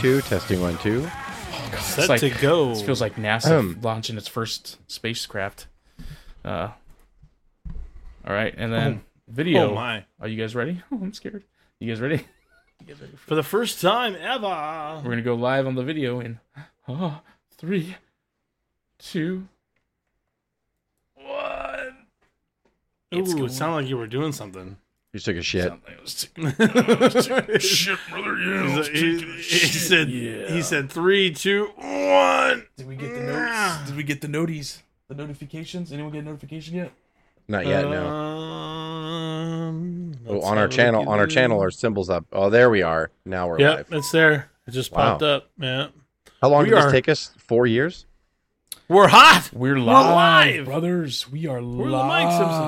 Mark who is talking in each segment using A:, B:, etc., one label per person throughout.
A: two, testing one two.
B: Set
C: like-
B: to go.
C: This feels like NASA
A: Um.
C: launching its first spacecraft. Uh, all right, and then video.
B: oh my!
C: Are you guys ready? Oh, I'm scared. You guys ready? You guys ready?
B: For the first time ever.
C: We're gonna go live on the video in uh, three, two, one. It's
B: Ooh,
C: going-
B: it sounded like you were doing something.
A: You took a shit.
C: Something was
B: he
C: shit, brother. Yeah, I was taking a shit,
B: said.
C: yeah.
B: He said three, two, one.
C: Did we get the notes? Did we get the noties? The notifications? Anyone get a notification yet?
A: Not yet, no.
B: Um,
A: Oh,
B: Uh, let's
A: on
B: have
A: our
B: a
A: channel,
B: looky
A: on our
B: there.
A: channel, our symbols up. Oh, there we are. Now we're
B: Yep,
A: live.
B: it's there. It just
A: Wow.
B: popped up. Yeah,
A: How long
B: we
A: did this
B: are-
A: take us? Four years.
B: we're hot.
C: We're live,
B: live!
C: brothers. We are
B: We're the Mike Simpson.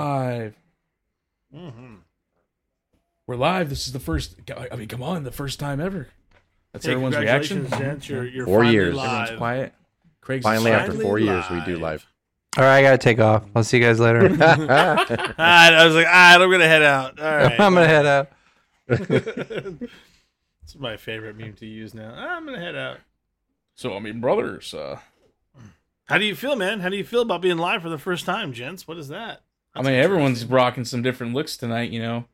B: Mm-hmm.
C: live. We're live. This is the first. I mean, come on, the first time ever. That's
B: Hey,
C: everyone's reaction.
B: congratulations, gents. You're, you're
A: Four
B: finally
A: years.
C: Everyone's
B: Live.
C: quiet. Craig's
A: Finally, after
B: Finally
A: four years, we do
B: live.
A: live.
D: All right, I gotta take off. I'll see you guys later.
B: All right, I was like, all right, I'm gonna head out. All right,
D: I'm gonna head out.
B: it's my favorite meme to use now. Ah, I'm gonna head out.
C: So I mean, brothers. Uh,
B: How do you feel, man? How do you feel about being live for the first time, gents? What is that?
C: I mean, everyone's rocking some different looks tonight. You know,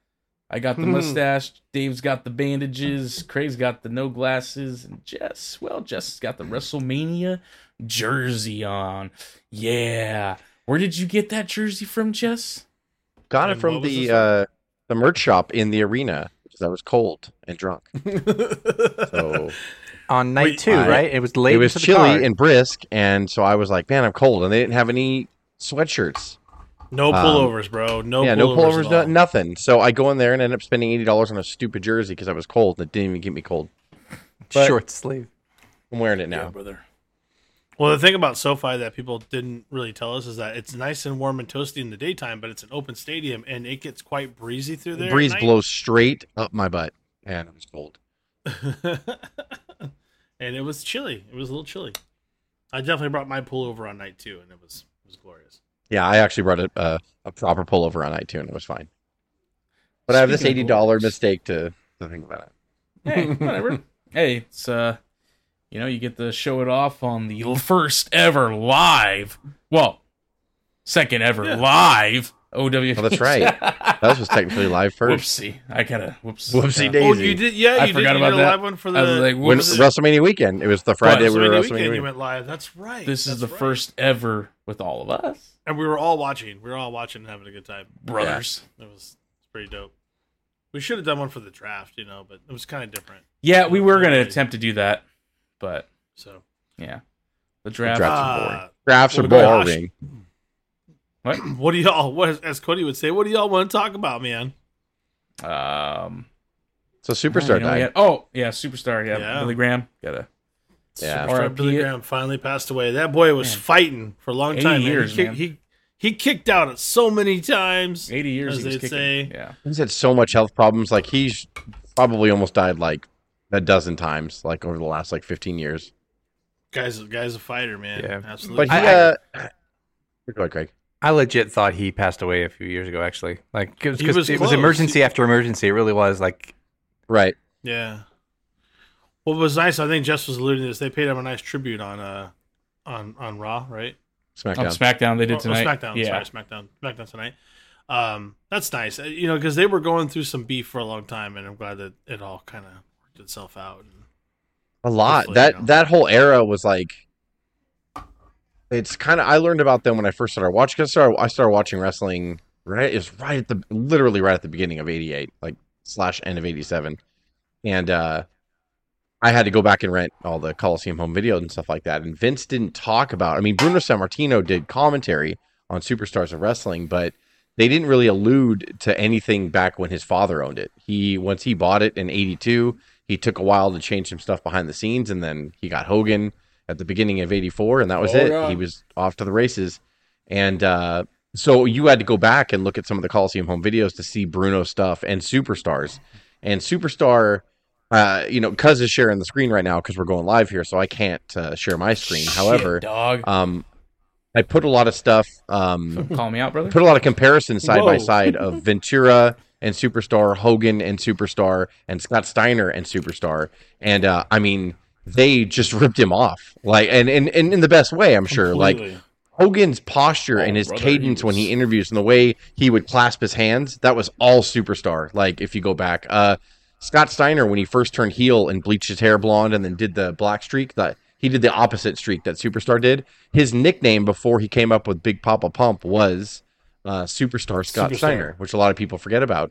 C: I got the
D: Hmm.
C: mustache. Dave's got the bandages. Craig's got the no glasses. And Jess, well, Jess's got the WrestleMania jersey on. Yeah. Where did you get that jersey from, Jess?
A: Got it
B: And
A: from
B: what was
A: the
B: this one?
A: uh, the merch shop in the arena because I was cold and drunk. So
D: On night
B: Wait,
D: two,
A: I-
D: right? It was late.
A: it was
D: into the
A: chilly
D: car.
A: and brisk, and so I was like, "Man, I'm cold." And they didn't have any sweatshirts.
B: no
A: Um,
B: pullovers, bro. No,
A: yeah,
B: pullovers
A: no pullovers,
B: at
A: no,
B: all.
A: nothing. So I go in there and end up spending eighty dollars on a stupid jersey because I was cold and it didn't even keep me cold. but-
D: short sleeve.
A: I'm wearing it now.
C: Yeah, brother.
B: Well, the thing about SoFi that people didn't really tell us is that it's nice and warm and toasty in the daytime, but it's an open stadium and it gets quite breezy through there.
A: The
B: at
A: breeze
B: night.
A: blows straight up my butt, and I was cold.
B: and it was chilly. It was a little chilly. I definitely brought my pullover on night two, and it was it was glorious.
A: Yeah, I actually brought a, a, a proper pullover on iTunes. It was fine. But I have this eighty
C: Speaking of
A: dollar
C: pullovers.
A: mistake to, to think about.
C: Hey, whatever. hey, it's uh, you know, you get to show it off on the first ever live. Well, second ever
B: Yeah.
C: live. OW.
A: Oh, that's right. That was technically live first.
C: Whoopsie. I gotta whoops.
A: Whoopsie
C: Uh,
A: daisy.
B: Oh, you did? Yeah, you
C: I
B: did.
C: forgot
B: you
C: about
B: did a
C: that.
B: live one for the
C: I was like,
A: When
C: whoops.
A: WrestleMania weekend, it was the Friday we
B: WrestleMania
A: were WrestleMania
B: weekend. You
A: weekend.
B: went live. That's right.
C: this is
B: That's
C: the
B: right.
C: first ever with all of us
B: and we were all watching. We were all watching and having a good time.
C: brothers.
B: It was it's pretty dope. We should have done one for the draft, you know, but it was kind of different.
C: Yeah, we were gonna attempt to do that, but
B: So
C: yeah, the draft.
A: draft.
B: Ah,
A: Drafts are
B: Oh my gosh.
A: boring.
B: what do y'all? What as Cody would say? What do y'all want to talk about, man?
C: Um,
A: So Superstar
C: you know, we
A: died.
C: had- oh yeah, superstar. Yeah,
B: Yeah.
C: Billy Graham. Gotta
A: Yeah.
B: Superstar
C: RIP.
B: Billy Graham finally passed away. That boy was
C: Man.
B: fighting for a long
C: 80
B: time. man.
C: years,
B: he, kicked-
C: man.
B: he he kicked out at so many times.
C: eighty years.
B: As
C: he was
B: they'd say.
C: kicking. Yeah.
A: He's had so much health problems. Like he's probably almost died like a dozen times, like over the last like fifteen years.
B: Guys, guys, a fighter, man.
D: Yeah.
B: absolutely.
A: But he,
D: I- I-
A: uh, go ahead, Craig.
D: I legit thought he passed away a few years ago. Actually, like it was,
B: He
D: 'cause
B: was
D: it
B: close.
D: was emergency after emergency. It really was. Like
A: Right.
B: Yeah. What was nice, I think Jess was alluding to this. They paid him a nice tribute on uh on on Raw, right?
C: On
A: SmackDown.
C: Oh, SmackDown, they
B: Or-
C: did
B: or
C: tonight.
B: SmackDown,
C: yeah.
B: sorry, SmackDown, SmackDown tonight. Um, that's nice, Uh, you know, because they were going through some beef for a long time, and I'm glad that it all kind of worked itself out.
A: a lot.
B: Hopefully,
A: That
B: you know.
A: that whole era was like it's kind of I learned about them when I first started watching. 'cause I started, I started watching wrestling right it was right at the literally right at the beginning of 88, like slash end of 87. And uh I had to go back and rent all the Coliseum home videos and stuff like that. And Vince didn't talk about I mean Bruno Sammartino did commentary on Superstars of Wrestling, but they didn't really allude to anything back when his father owned it. He once he bought it in 82, he took a while to change some stuff behind the scenes and then he got Hogan at the beginning of 84 and that was it. He was off to the races. And uh so you had to go back and look at some of the Coliseum home videos to see Bruno stuff and superstars. And superstar uh you know cuz is sharing the screen right now cuz we're going live here so I can't uh, share my screen.
C: Shit,
A: However,
C: dog,
A: um I put a lot of stuff um
C: call me out, brother.
A: put a lot of comparisons side by
B: Whoa.
A: side of Ventura and Superstar, Hogan and Superstar, and Scott Steiner and Superstar. And uh, I mean, they just ripped him off, like, and and, and in the best way, I'm sure. Like
B: Completely.
A: Hogan's posture and
C: Oh,
A: his
C: brother, he
A: cadence when
C: was-
A: he interviews and the way he would clasp his hands, that was all superstar. Like if you go back, uh, Scott Steiner when he first turned heel and bleached his hair blonde and then did the black streak, that he did the opposite streak that superstar did. His nickname before he came up with Big Papa Pump was uh, Superstar Scott
B: Superstar.
A: Steiner, which a lot of people forget about.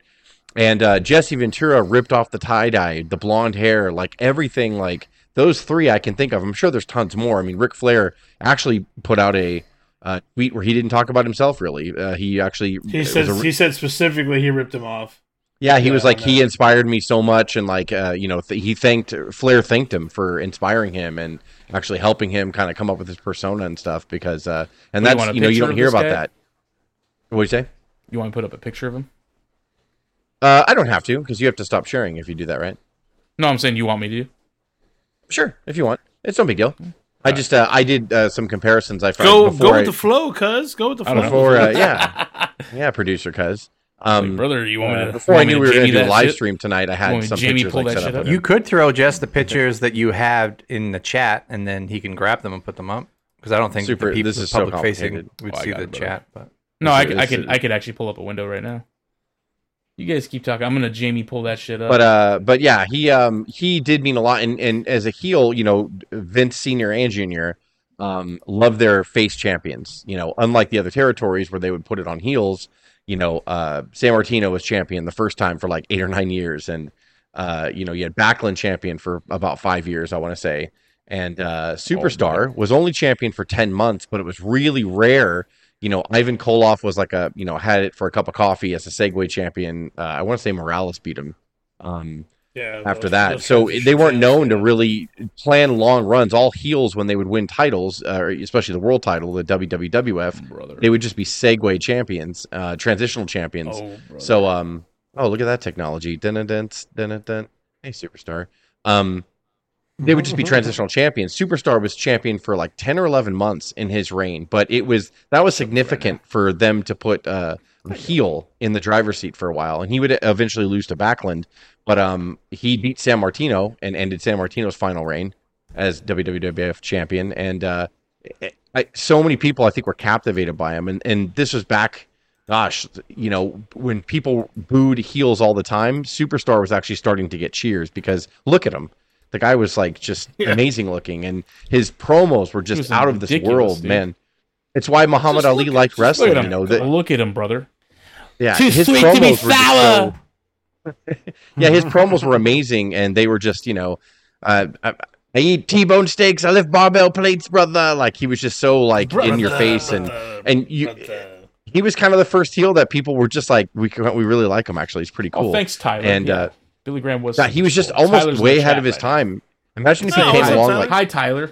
A: And uh, Jesse Ventura ripped off the tie dye, the blonde hair, like everything. Like those three, I can think of. I'm sure there's tons more. I mean, Ric Flair actually put out a uh, tweet where he didn't talk about himself really. Uh, he actually
B: He
A: it was
B: says
A: a-
B: he said specifically he ripped him off.
A: yeah, he
B: Yeah,
A: was
B: I
A: like
B: don't
A: he
B: know.
A: inspired me so much, and like uh, you know, th- he thanked Flair thanked him for inspiring him and actually helping him kind of come up with his persona and stuff because uh, and
C: What, you
A: that's
C: want a
A: you know you
C: picture
A: don't
C: of
A: hear
C: this
A: about
C: guy?
A: that. What do you say?
C: You want to put up a picture of him?
A: Uh, I don't have to because you have to stop sharing if you do that, right?
C: No, I'm saying you want me to.
A: Sure, if you want, it's no big deal. I just uh, I did uh, some comparisons. I found
B: Go
A: before
B: go
A: I-
B: with the flow, cuz. Go with the
C: I
B: flow.
C: don't
A: before uh, yeah yeah producer cuz
C: Like,
A: um
C: brother, you want me to?
A: before I
C: you want me
A: knew
C: to
A: we were gonna
C: Jamie
A: do
C: that
A: live
C: shit?
A: stream tonight, I
C: Want
A: had
C: me to
A: some
C: Jamie
A: pictures
C: pull
A: like
C: that
A: set
C: shit
A: up.
C: up?
A: You
D: You could throw just the pictures that you have in the chat, and then he can grab them and put them up. Because I don't think
A: Super-
D: the people
A: this is so
D: public facing
A: complicated.
D: would
C: Oh, I
D: see
C: got
D: the
C: it, brother.
D: chat. But
C: No, I,
A: It's-
C: I could.
A: it's-
C: I could actually pull up a window right now. You guys keep talking. I'm gonna Jamie pull that shit up.
A: but uh but yeah he um he did mean a lot and and as a heel you know vince senior and junior um love their face champions you know unlike the other territories where they would put it on heels you know uh san martino was champion the first time for like eight or nine years and uh you know you had backlund champion for about five years i want to say and uh superstar was only champion for 10 months but it was really rare you know, Ivan Koloff was like a, you know, had it for a cup of coffee as a Segway champion. Uh, I want to say Morales beat him. Um,
B: Yeah,
A: after
B: those-
A: that.
B: those
A: So
B: kinds of
A: they weren't
B: shit.
A: known to really plan long runs. All heels when they would win titles, uh, especially the world title, the WWF,
C: brother.
A: they would just be segue champions, uh, transitional champions.
C: oh, brother.
A: so um, oh look at that technology. Dun dun dun dun dun. Hey superstar. Um, they would just be transitional champions. Superstar was champion for like ten or eleven months in his reign, but it was that was significant for them to put uh, a heel in the driver's seat for a while, and he would eventually lose to Backlund. But um, he beat San Martino and ended San Martino's final reign as WWF champion, and uh, I, so many people I think were captivated by him, and and this was back. Gosh, you know, when people booed heels all the time, Superstar was actually starting to get cheers because look at him. The guy was like just
B: Yeah.
A: amazing looking, and his promos were
C: was
A: just out of this
C: ridiculous,
A: world,
C: dude.
A: man. It's why Muhammad
C: Just
A: Ali
C: look-
A: liked
C: just look at
A: wrestling,
C: him.
A: you know. That
C: look at him, brother.
A: yeah,
C: Too
A: his
C: sweet to
A: promos
C: be
A: were just
C: sour.
A: so- yeah, his promos were amazing, and they were just you know, uh, I, I eat T-bone steaks, I lift barbell plates, brother. Like he was just so like in your face, and
B: Uh,
A: and you,
B: Brother.
A: he was kind of the first heel that people were just like, we can- we really like him. Actually, he's pretty cool.
C: Oh, thanks, Tyler.
A: And,
C: Yeah.
A: uh,
C: Billy Graham was.
A: Yeah, he was just
C: cool.
A: almost
C: Tyler's in
A: way
C: the
A: ahead
C: chat
A: of his
C: right
A: time. Imagine if he
B: No,
A: came
B: what's up,
A: along
B: Tyler?
A: like
C: now. Hi, Tyler.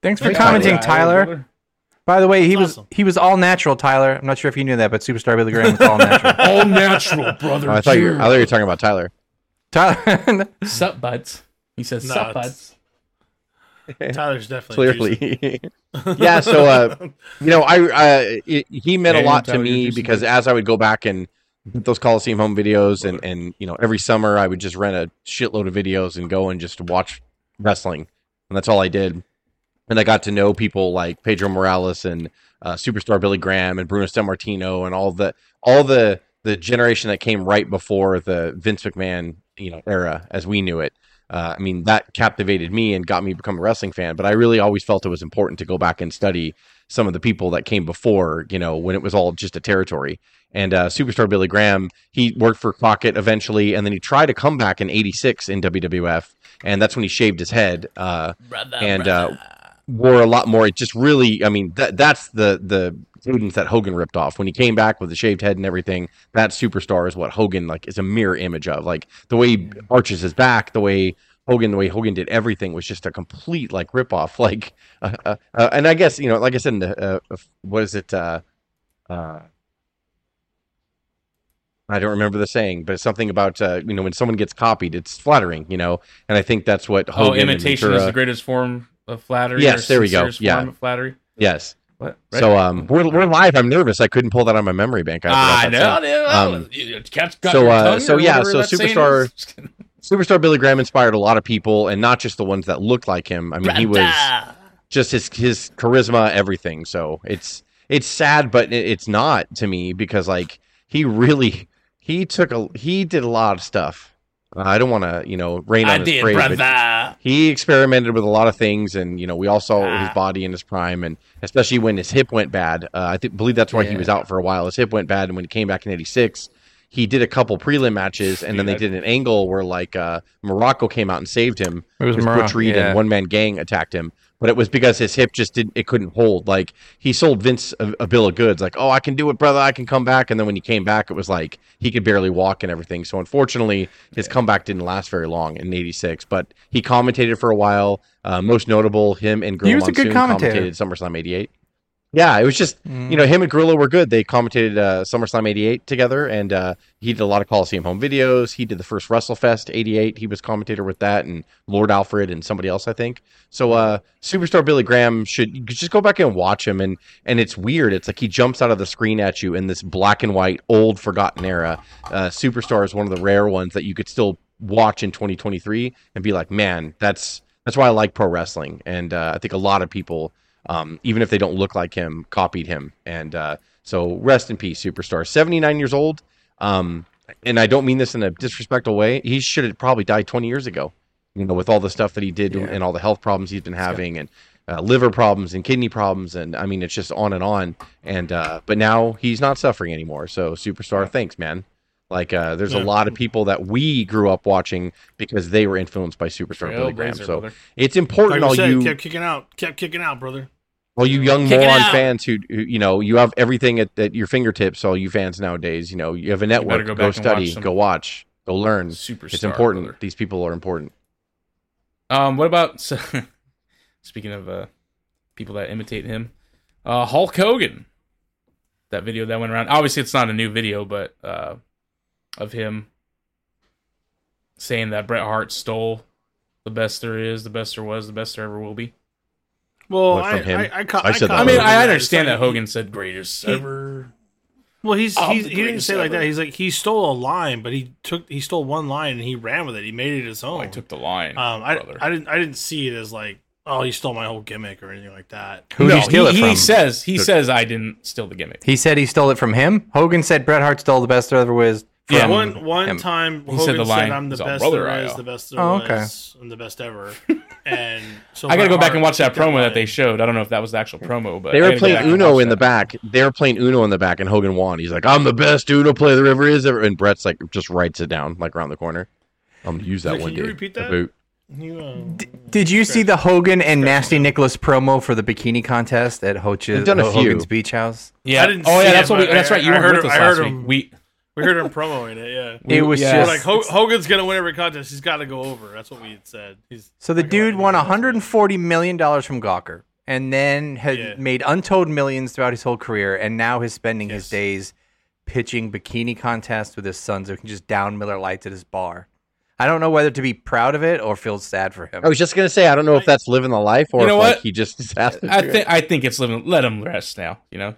D: thanks for
A: Hey,
D: commenting, Tyler.
C: brother.
D: By the way, he was
B: Awesome.
D: he was all natural, Tyler. I'm not sure if you knew that, but superstar Billy Graham was all natural.
C: All natural, brother.
A: Oh, I thought you were, I
C: Cheer.
A: thought you were talking about Tyler.
D: Tyler,
C: Sup, buds. He says,
B: Nah,
C: sup,
B: it's-
C: buds.
B: Tyler's definitely juicing.
A: Clearly, yeah. So, uh, you know, I uh, it, he meant
C: Damn,
A: a lot to
C: Tyler,
A: me
C: you're just
A: because as I would go back and those Coliseum home videos, and and you know, every summer I would just rent a shitload of videos and go and just watch wrestling, and that's all I did. And I got to know people like Pedro Morales and uh, superstar Billy Graham and Bruno Sammartino and all the all the the generation that came right before the Vince McMahon you know era as we knew it. Uh, I mean, that captivated me and got me to become a wrestling fan. But I really always felt it was important to go back and study some of the people that came before, you know, when it was all just a territory. And uh, superstar Billy Graham, he worked for Crockett eventually, and then he tried a comeback in '86 in WWF, and that's when he shaved his head. Uh,
C: Brother.
A: and uh, wore a lot more. It just really, I mean, that that's the the cadence that Hogan ripped off when he came back with the shaved head and everything. That superstar is what Hogan like is a mirror image of. Like the way he arches his back, the way Hogan, the way Hogan did everything was just a complete like ripoff. Like, uh, uh, uh, and I guess you know, like I said, in the, uh, uh, what is it? Uh, uh, I don't remember the saying, but it's something about uh, you know when someone gets copied, it's flattering, you know, and I think that's what Hogan
C: oh,
A: and
C: imitation is
A: Ventura-
C: the greatest form of flattery.
A: Yes,
C: or
A: there we go.
C: sincerest
A: Yeah.
C: Form of flattery.
A: yes,
C: What?
A: so um, we're, we're live. I'm nervous. I couldn't pull that on my memory bank. I
C: I
A: forgot that
C: know.
A: saying.
C: dude. I
A: Um,
C: was- you- you catch- got
A: so,
C: your
A: uh,
C: tongue
A: so
C: or
A: yeah,
C: whatever
A: so
C: that saying
A: Superstar-
C: is.
A: Superstar Billy Graham inspired a lot of people, and not just the ones that looked like him. I mean, he was
C: Ah,
A: just his his charisma, everything. So it's it's sad, but it, it's not to me because like he really he took a he did a lot of stuff. I don't want to you know rain on
C: I
A: his
C: did,
A: parade, but
C: brother.
A: he experimented with a lot of things, and you know we all saw
C: Ah.
A: his body in his prime, and especially when his hip went bad. Uh, I th- believe that's why he
C: Yeah.
A: was out for a while. His hip went bad, and when he came back in '86, he did a couple prelim matches, and then
C: Dude,
A: they
C: I-
A: did an angle where like uh, Morocco came out and saved him
D: It was
A: because
D: Mara,
A: Butch Reed
D: yeah.
A: and One Man Gang attacked him, but it was because his hip just didn't it couldn't hold. Like he sold Vince a, a bill of goods, like "Oh, I can do it, brother. I can come back." And then when he came back, it was like he could barely walk and everything. So unfortunately, his comeback didn't last very long in '86. But he commentated for a while. Uh, most notable, him and Gorilla
D: He was a good
A: Monsoon
D: commentator.
A: commentated SummerSlam '88. Yeah, it was just you know him and Gorilla were good. They commentated uh, SummerSlam '88 together, and uh, he did a lot of Coliseum home videos. He did the first WrestleFest '88. He was commentator with that, and Lord Alfred and somebody else, I think. So uh, superstar Billy Graham should you could just go back and watch him, and and it's weird. It's like he jumps out of the screen at you in this black and white, old, forgotten era. Uh, superstar is one of the rare ones that you could still watch in 2023 and be like, man, that's that's why I like pro wrestling, and uh, I think a lot of people um, even if they don't look like him, copied him. And uh, so rest in peace, superstar. 79 years old. Um, and I don't mean this in a disrespectful way. He should have probably died 20 years ago, you know, with all the stuff that he did
D: Yeah.
A: and all the health problems he's been having and uh, liver problems and kidney problems. And I mean, it's just on and on. And, uh, but now he's not suffering anymore. So, superstar, thanks, man. Like, uh, there's
B: Yeah.
A: a lot of people that we grew up watching because they were influenced by Superstar Billy Graham.
C: Trailblazer,
A: So,
C: brother.
A: it's important,
B: Like
A: all
B: we said,
A: you
B: kept kicking out, kept kicking out, brother.
A: well, you young
C: Kick it
A: moron
C: out.
A: fans who, who, you know, you have everything at, at your fingertips. All you fans nowadays, you know, you have a network. go
C: go back and
A: study,
C: watch some-
A: go watch, go learn.
C: Superstar.
A: it's important.
C: brother.
A: These people are important.
C: Um, what about so, speaking of uh, people that imitate him, uh, Hulk Hogan? That video that went around. Obviously, it's not a new video, but uh, of him saying that Bret Hart stole the best there is, the best there was, the best there ever will be.
B: Well,
A: What, from
B: I,
A: him?
B: I, I, ca-
A: I said that
B: caught
C: I mean,
B: him on
C: I
B: It's
C: understand
B: like
C: that Hogan said greatest
B: he-
C: ever.
B: Well, he's,
C: I'm
B: he's
C: the
B: he didn't
C: greatest
B: say it like that.
C: ever.
B: He's like he stole a line, but he took he stole one line and he ran with it. He made it his
C: Oh,
B: own.
C: I took the line.
B: um, I,
C: brother.
B: I didn't I didn't see it as like oh he stole my whole gimmick or anything like that.
D: Who did he steal it
C: he,
D: from?
C: He says he says I didn't steal the gimmick.
D: He said he stole it from him. Hogan said Bret Hart stole the best there ever was. From
C: Yeah.
B: one one
D: him.
B: time
C: He
B: Hogan
C: said
B: said,
C: the line,
B: I'm the
C: he's all,
B: best
C: "Brother,
B: there
C: I
B: is,
C: am."
B: the best there
D: Oh, okay.
B: was, I'm the best ever. And so
C: I gotta go
B: Bret
C: back and
B: Hart
C: watch that
B: took
C: promo that they
B: line.
C: showed. I don't know if that was the actual promo, but
A: They
C: I
A: were
C: gotta go back
A: playing
C: and
A: Uno
C: watch
A: in the
C: that.
A: back. They were playing Uno in the back, and Hogan won. He's like, "I'm the best Uno player there ever is." Ever. And Brett's like, just writes it down like around the corner. I'm gonna use that
B: Can
A: one
B: you
A: day.
B: repeat
A: The
B: that?
A: boot.
B: You, uh,
D: Did you see the Hogan and Nasty Nicholas promo for the bikini contest at Hoch's uh,
A: They've done a few.
D: Hogan's Beach House?
C: Yeah.
B: I didn't
C: oh
B: see
C: yeah,
B: it,
C: that's what we,
B: but
C: that's
B: I-
C: right. You
B: I
C: weren't
B: heard
C: with
B: him-
C: us
B: I
C: last
B: heard
C: week.
B: him.
C: We
B: we heard him promoing it. Yeah,
D: It was
C: yeah.
B: We're
D: just
B: like Ho- Hogan's gonna win every contest. He's got to go over. That's what we had said. He's
D: so the
B: not gonna
D: dude
B: win
D: won
B: every contest.
D: 140 million dollars from Gawker, and then had
B: Yeah.
D: made untold millions throughout his whole career, and now is spending
B: Yes.
D: his days pitching bikini contests with his son, so he can just down Miller Lights at his bar. I don't know whether to be proud of it or feel sad for him.
A: I was just gonna say, I don't know if that's living the life or
C: You know
A: if
C: what?
A: like he just is asked to
C: I
A: do it.
C: think I think it's living. Let him rest now. You know,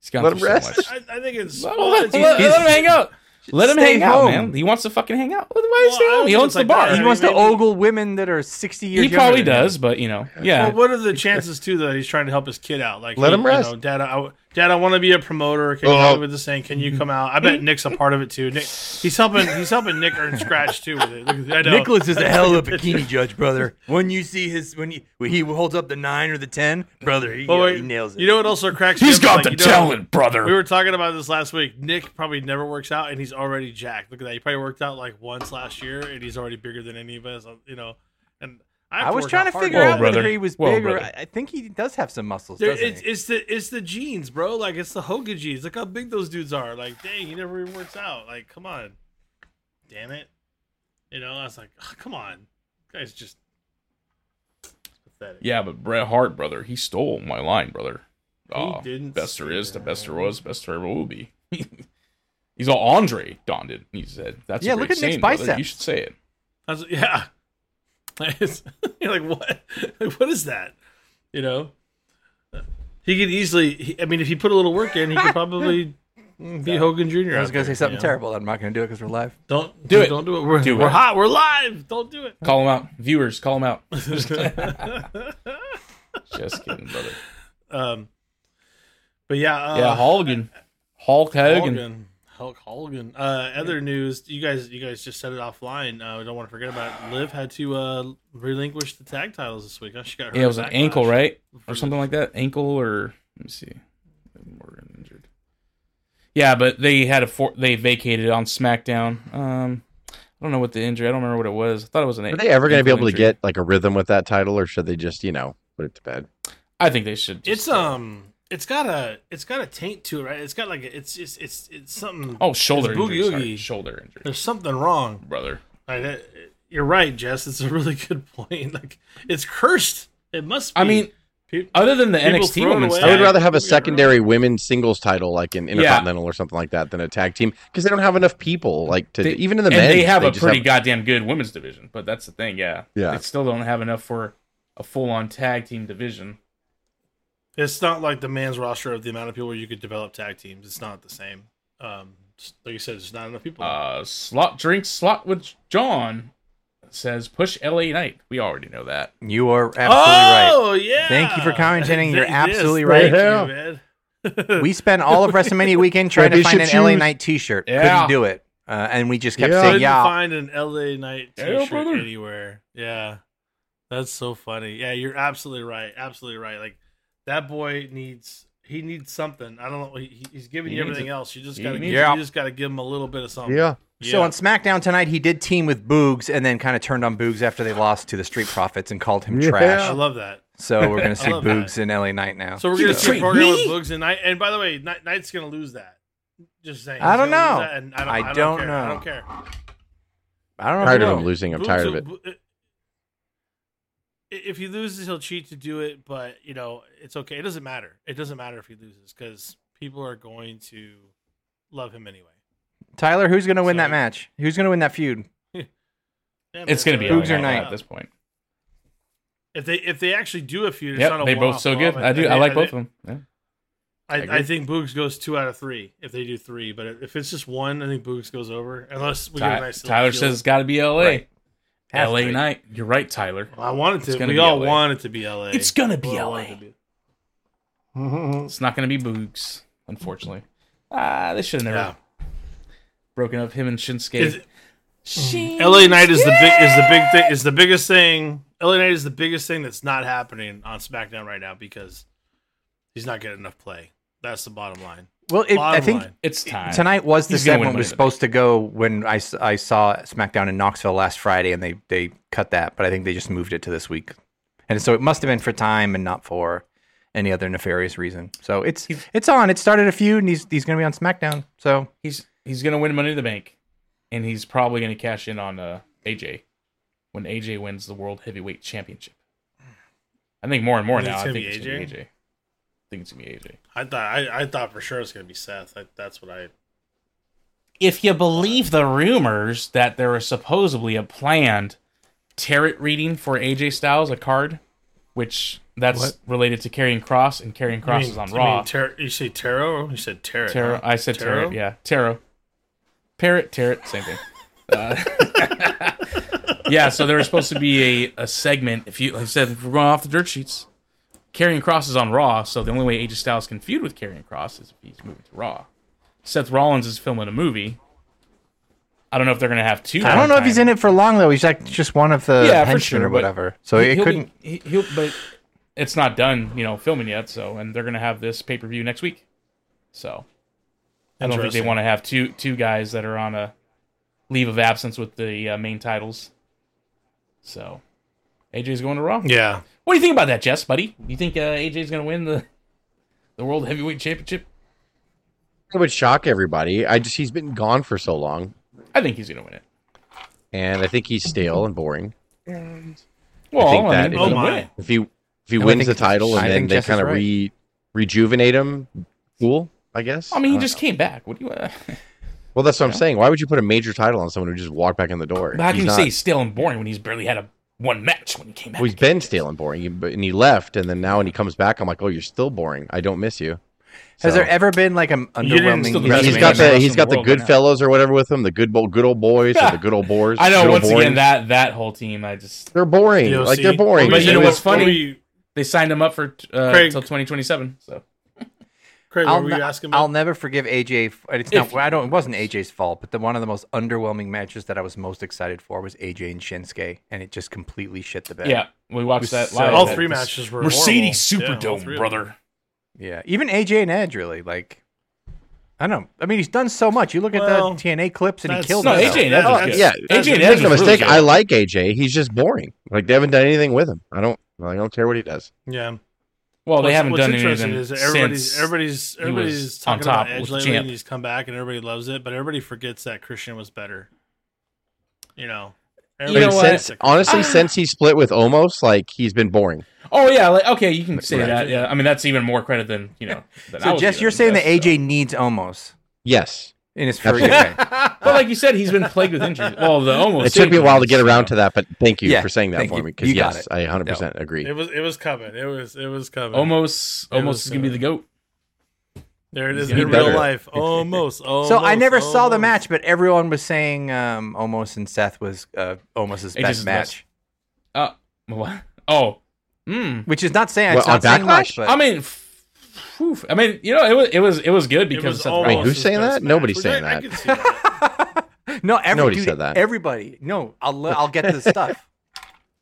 C: he's gone
A: Let
C: through
A: him
C: so
A: rest?
C: much.
B: I, I think it's
C: Let,
B: well,
C: let-
B: it's-
C: let-
B: he's-
C: let him hang out. Let him
D: Stay
C: hang out,
D: home.
C: man. He wants to fucking hang out. Why is
B: Well,
C: he
B: I
C: home?
B: don't
C: He
B: think
C: owns
B: it's
C: the
B: like
C: bar.
B: that.
D: he
B: I
D: wants
B: mean,
D: to
B: maybe-
D: ogle women that are 60 years.
C: He
D: younger
C: probably
D: than him.
C: does, but you know, yeah.
B: Well, what are the chances too that he's trying to help his kid out? Like,
A: Let
B: hey,
A: him rest.
B: You know, Dad, I, Dad, I want to be a promoter. Can you
A: Oh.
B: help me with this thing? Can you come out? I bet Nick's a part of it too. Nick, he's helping. He's helping Nick earn scratch too with it. Look, I know.
D: Nicholas is a hell of a bikini judge, brother. When you see his when, you, when he holds up the nine or the ten, brother, he,
B: But
D: uh,
B: wait,
D: he nails it.
B: You know what also cracks? me
C: he's
B: up?
C: got
B: Like,
C: the
B: you know,
C: talent,
B: We
C: brother.
B: were talking about this last week. Nick probably never works out, and he's already jacked. Look at that. He probably worked out like once last year, and he's already bigger than any of us. You know, and I, have
D: I was
B: work
D: trying to
B: hard
D: figure
C: Whoa,
D: out
C: brother.
D: whether he was
C: Whoa,
D: big or
C: brother.
D: I I think he does have some muscles.
B: There,
D: doesn't
B: it's,
D: he?
B: it's the it's the genes, bro. Like it's the Hogan genes. Look how big those dudes are. Like, dang, he never even works out. Like, come on, damn it. You know, I was like, "Ugh, come on, guys, just pathetic.
C: Yeah, but Bret Hart, brother, he stole my line, brother. Ah,
B: didn't
C: Best there
B: say
C: is, the best there
B: that.
C: was, best there ever will be. he's all Andre Don did. He said, "That's a
D: Yeah,
C: great
D: look at Nick's
C: saying, brother. You
D: biceps.
C: should say it."
B: I was, yeah. It's- You're like, what? Like, what is that? You know, he could easily. He, I mean, if he put a little work in, he could probably Be Hogan Jr.
D: I was
B: out
D: going to
B: there,
D: say something
B: you know?
D: terrible. I'm not going to do it because we're live.
B: Don't
C: Do it.
B: Don't do it. We're,
C: Do
B: we're
C: it.
B: hot. We're live. Don't do it.
C: Call them out, viewers. Call them out. Just kidding, brother.
B: um, but yeah, uh,
C: yeah, Hogan, Hulk Hogan.
B: Hogan. Hulk Hogan. Uh, other news. You guys, you guys just said it offline. Uh, I don't want to forget about. it. Liv had to uh, relinquish the tag titles this week. Huh? She got
C: Yeah, it was an
B: hurt
C: ankle,
B: backlash
C: right,
B: for
C: or
B: the-
C: something like that. Ankle or let me see. Morgan injured. Yeah, but they had a four. They vacated on SmackDown. Um, I don't know what the injury. I don't remember what it was. I thought it was an.
A: Are they ever going to be
C: ankle
A: able to
C: injury.
A: get like a rhythm with that title, or should they just, you know, put it to bed?
C: I think they should.
B: It's
C: just-
B: um, it's got a, it's got a taint to it, right? It's got like, a, it's, it's, it's, it's something.
C: Oh, shoulder
B: It's boogie
C: injury. sorry.
B: oogie.
C: Shoulder injury,
B: There's something wrong.
C: brother.
B: Like, that, you're right, Jess. It's a really good point. Like, it's cursed. It must. be.
C: I mean, uh,
B: Pe-
C: other than the
B: People
C: NXT
B: throw it
C: women's
B: away.
A: I would
B: Yeah,
A: rather have a
B: it'd be
A: secondary women's singles title, like in Intercontinental or something like that, than a tag team because they don't have enough people. Like to
C: They-
A: even in the
C: and
A: men,
C: they have a pretty goddamn good women's division, but that's the thing, yeah.
A: Yeah.
C: They still don't have enough for a full on tag team division.
B: it's not like the man's roster of the amount of people you could develop tag teams. It's not the same. Um, just- like you said, there's not enough people.
C: Uh slot drink slot with John says push LA Knight. We already know that.
D: You are absolutely
B: oh yeah!
D: Thank you for commenting. You're
B: Yes,
D: absolutely
B: thank
A: right.
B: you, man.
D: right. We spent all of WrestleMania weekend trying
A: they
D: to find an
A: should
D: LA
A: choose-
D: Night T-shirt.
C: Yeah.
D: Couldn't do it, uh, and we just kept
A: Yeah.
D: saying,
B: couldn't
D: "Yeah,
B: find an LA Knight
C: Yeah,
B: T-shirt
C: brother.
B: anywhere. Yeah, that's so funny. Yeah, you're absolutely right. Absolutely right. Like that boy needs he needs something. I don't know. He, he's giving
C: He
B: you
C: needs
B: everything
C: it.
B: else. You just
C: He
B: gotta
C: needs
D: it.
B: you just gotta give him a little bit of something.
A: yeah.
B: Yeah.
D: So on SmackDown tonight, he did team with Boogs and then kind of turned on Boogs after they lost to the Street Profits and called him
A: Yeah.
B: I
D: trash.
B: love that.
D: So we're going to see
B: love
D: Boogs
B: that.
D: in LA Night now.
B: So we're
C: You
B: gonna see a
C: treat
B: program
C: me?
B: with Boogs and Knight. And by the way, Knight, Knight's gonna lose that. Just saying.
D: I
B: He's
D: don't
B: gonna lose
D: know.
B: that, and
D: I
B: I don't, I
D: don't
B: don't care. I
D: know.
B: don't care.
D: I don't know.
A: I'm
D: if
A: tired
D: you
A: of
D: know.
A: him losing. I'm
B: Boogs
A: tired of
B: will-
A: it.
B: bo- If he loses, he'll cheat to do it, but you know it's okay. It doesn't matter. It doesn't matter if he loses because people are going to love him anyway.
D: Tyler, who's going to win
B: So-
D: that match? Who's going to win that feud?
B: Yeah,
C: It's
B: man,
C: gonna be
B: so-
D: Boogs
C: LA
D: or Knight.
C: at this point.
B: If they if they actually do a feud, it's not
C: Yep,
B: a
C: they both
B: one-off
C: so
B: love.
C: good. I do.
B: think-
C: I
B: think-
C: like both of them. Yeah.
B: I,
C: agree.
B: I, think Boogs goes two out of three if they do three, but if it's just one, I think Boogs goes over unless we get a
C: Ty-
B: nice. little
C: Tyler
B: heel.
C: says it's got to be LA.
D: Right. Has
C: LA
D: to be.
C: Knight. You're right, Tyler.
B: I want
C: It's
B: it to.
C: gonna
B: We
C: be
B: all
C: LA.
B: want it to be LA.
C: It's gonna be
B: We all want
C: LA.
B: it to be-
C: It's not going to be Boogs, unfortunately. Ah, they should have never
B: Yeah.
C: broken up him and Shinsuke.
B: Is- LA Knight is the big is the big thing is the biggest thing. LA Knight is the biggest thing that's not happening on SmackDown right now because he's not getting enough play. That's the bottom line.
D: Well, it,
B: bottom
D: I think
B: line.
C: it's time.
D: tonight was the
C: He's gonna win
D: segment
C: by
D: was
C: then.
D: supposed to go when I, s- I saw SmackDown in Knoxville last Friday, and they, they cut that, but I think they just moved it to this week. And so it must have been for time and not for any other nefarious reason. So it's it's on. It started a feud, and he's he's going to be on SmackDown. So
C: He's he's gonna win Money in the Bank, and he's probably gonna cash in on uh, AJ when AJ wins the World Heavyweight Championship. I think more and more
B: You think
C: now.
B: it's
C: I
B: gonna
C: think
B: be
C: it's gonna be
B: AJ?
C: AJ. I think it's gonna be AJ.
B: I thought I, I thought for sure it's gonna be Seth. I, that's what I.
C: If you believe the rumors that there is supposedly a planned tarot reading for AJ Styles, a card, which that's
D: What?
C: related to Carrying Cross, and Carrying
B: I
C: Cross
B: mean-
C: is on
B: I
C: Raw.
B: mean, tar- you say tarot? You said tarot.
C: Tarot.
B: huh?
C: I said tarot. Yeah, tarot. Parrot, tarot, same thing. Uh, yeah, so there was supposed to be a, a segment. If you, like I said, if we're going off the dirt sheets. Carrying Cross is on Raw, so the only way AJ Styles can feud with Carrying Cross is if he's moving to Raw. Seth Rollins is filming a movie. I don't know if they're gonna have two.
D: I don't know if he's in it for long though. He's like just one of the
C: Yeah, for
D: henchmen
C: sure,
D: or
C: but
D: whatever. So it
C: he'll
D: couldn't.
C: Be, he, will but it's not done, you know, filming yet. So, and they're gonna have this pay per view next week. So, I don't think they
B: Interesting.
C: want to have two two guys that are on a leave of absence with the uh, main titles. So, AJ's going to Raw.
B: Yeah.
C: What do you think about that, Jess, buddy? You think uh, AJ's going to win the the World Heavyweight Championship?
A: It would shock everybody. I just he's been gone for so long,
C: I think he's going to win it.
A: and I think he's stale and boring.
C: Well,
A: think that is-
C: mean, he's
B: Oh
C: gonna
B: my.
C: win it.
A: If he if he
D: No, I
A: wins
D: think
A: the
D: Jess-
A: title
D: I
A: and then
D: think
A: they
D: Jess is
A: kind of
D: right.
A: re rejuvenate him, cool, I guess.
C: I mean, he just came back. What do you? Uh,
A: well, that's what I'm saying. Why would you put a major title on someone who just walked back in the door?
C: how can
A: He's
C: you
A: not-
C: say he's stale and boring when he's barely had a one match when he came back?
A: Well, he's been stale and boring, but- and he left, and then now when he comes back, I'm like, oh, you're still boring. I don't miss you.
D: Has
A: So-
D: there ever been like an
C: You didn't steal
D: underwhelming?
C: the
A: Yeah, he's
C: resume
A: got
C: of the
A: the
C: best
A: he's
C: in
A: got
C: the
A: the
C: world
A: good
C: right now.
A: fellows or whatever with him, the good bo- good old boys or the good old boars.
C: I know.
A: good old
C: Once again,
A: boys.
C: that that whole team, I just
A: they're boring.
B: DOC.
A: Like they're boring.
C: But
B: What
C: you
B: were
C: know
B: what-
C: what's funny?
B: What were you,
C: they signed him up for uh,
B: Craig-
C: till 2027. So
B: Craig,
D: I'll
B: what were
D: n-
B: you asking
D: I'll
B: about?
D: never forgive AJ. f- and It's
C: If-
D: not, I don't. It wasn't AJ's fault, but the one of the most underwhelming matches that I was most excited for was AJ and Shinsuke, and it just completely shit the bed.
C: yeah, we watched that
D: So-
C: live.
B: all
C: That
B: three
C: was-
B: matches were
C: Mercedes
B: horrible. Yeah, all
C: Superdome,
B: three of them.
C: brother.
D: yeah. Even AJ and Edge, really. Like, I don't. know. I mean, he's done so much. You look
B: Well,
D: at the TNA clips, and he
B: that's-
D: killed.
C: No,
D: himself.
C: AJ and Edge
B: That's-
C: was
A: Oh,
C: good.
A: yeah.
C: AJ and Edge
A: Make
C: was
A: no
C: really
A: mistake,
C: good.
A: I like AJ. He's just boring. Like they haven't done anything with him. I don't. I don't care what he does.
B: Yeah.
C: Well, Oh, they
B: What's-
C: haven't
B: what's
C: done
B: interesting
C: anything
B: is that
C: since.
B: everybody's everybody's
C: was
B: everybody's
C: on
B: talking
C: top
B: about Edge
C: with
B: lately,
C: Champ.
B: and he's come back, and everybody loves it, but everybody forgets that Christian was better. You know,
C: You know
A: And
B: Everybody
C: what?
B: forgets
A: since
B: that Christian-
A: honestly,
C: Ah.
A: since he split with Omos, like he's been boring.
C: oh yeah, like okay, you can say
A: Right.
C: that. Yeah, I mean that's even more credit than you know. Than I
D: So
C: was
D: Jess, you're
C: given,
D: saying that
C: yes, so.
D: AJ needs almost
A: Yes,
D: in his first.
A: Absolutely.
C: But like you said, he's been plagued with injuries. Well, the almost.
A: it took me a while to get around to that, but thank you
D: Yeah,
A: for saying that
D: thank
A: for
D: you.
A: me. Because
D: You got
A: yes,
D: it.
A: I 100 percent agree.
B: it was it was coming. It was it was coming.
C: Almost,
B: It was,
C: almost is gonna be
B: uh,
C: the goat.
B: there it is
C: He's
B: in
A: better.
B: real life. Almost. almost
D: So I never saw the
B: almost.
D: match, but everyone was saying um, almost and Seth was uh, almost his
C: AJ's
D: best
C: is the
D: match,
C: best. Uh, what? Oh, mm.
D: which is not saying
A: What,
D: it's not
A: on
D: saying much,
A: Backlash?
D: but
C: I mean, f- phew. I mean, you know, it was it was it was good because
B: was
C: of Seth
B: almost
C: Rollins.
A: Wait, who's
B: his
A: saying
B: best
A: that? Nobody's
B: match,
A: saying
B: which I- I
A: that.
B: can see that.
D: no, every,
A: Nobody
D: dude,
A: said that.
D: Everybody, no, I'll le- I'll get to the stuff.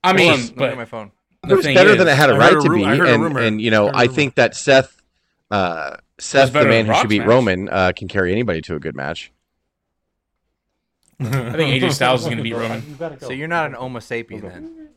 C: I
D: Hold
C: mean,
D: on, let me get my
C: but
D: phone.
C: the
A: it was
C: thing
A: better
C: is,
A: than it had a
B: I
A: right
B: heard a
A: to
B: ru-
A: be,
B: I heard a
A: and,
B: rumor.
A: and you know
B: I heard a
A: I
B: rumor.
A: think that Seth, uh, Seth, the
C: better
A: man
C: than
A: who should
C: Brock's
A: beat
C: match.
A: Roman, uh, can carry anybody to a good match.
C: I think AJ Styles is going to beat Roman.
D: So you're not an Homo sapien then?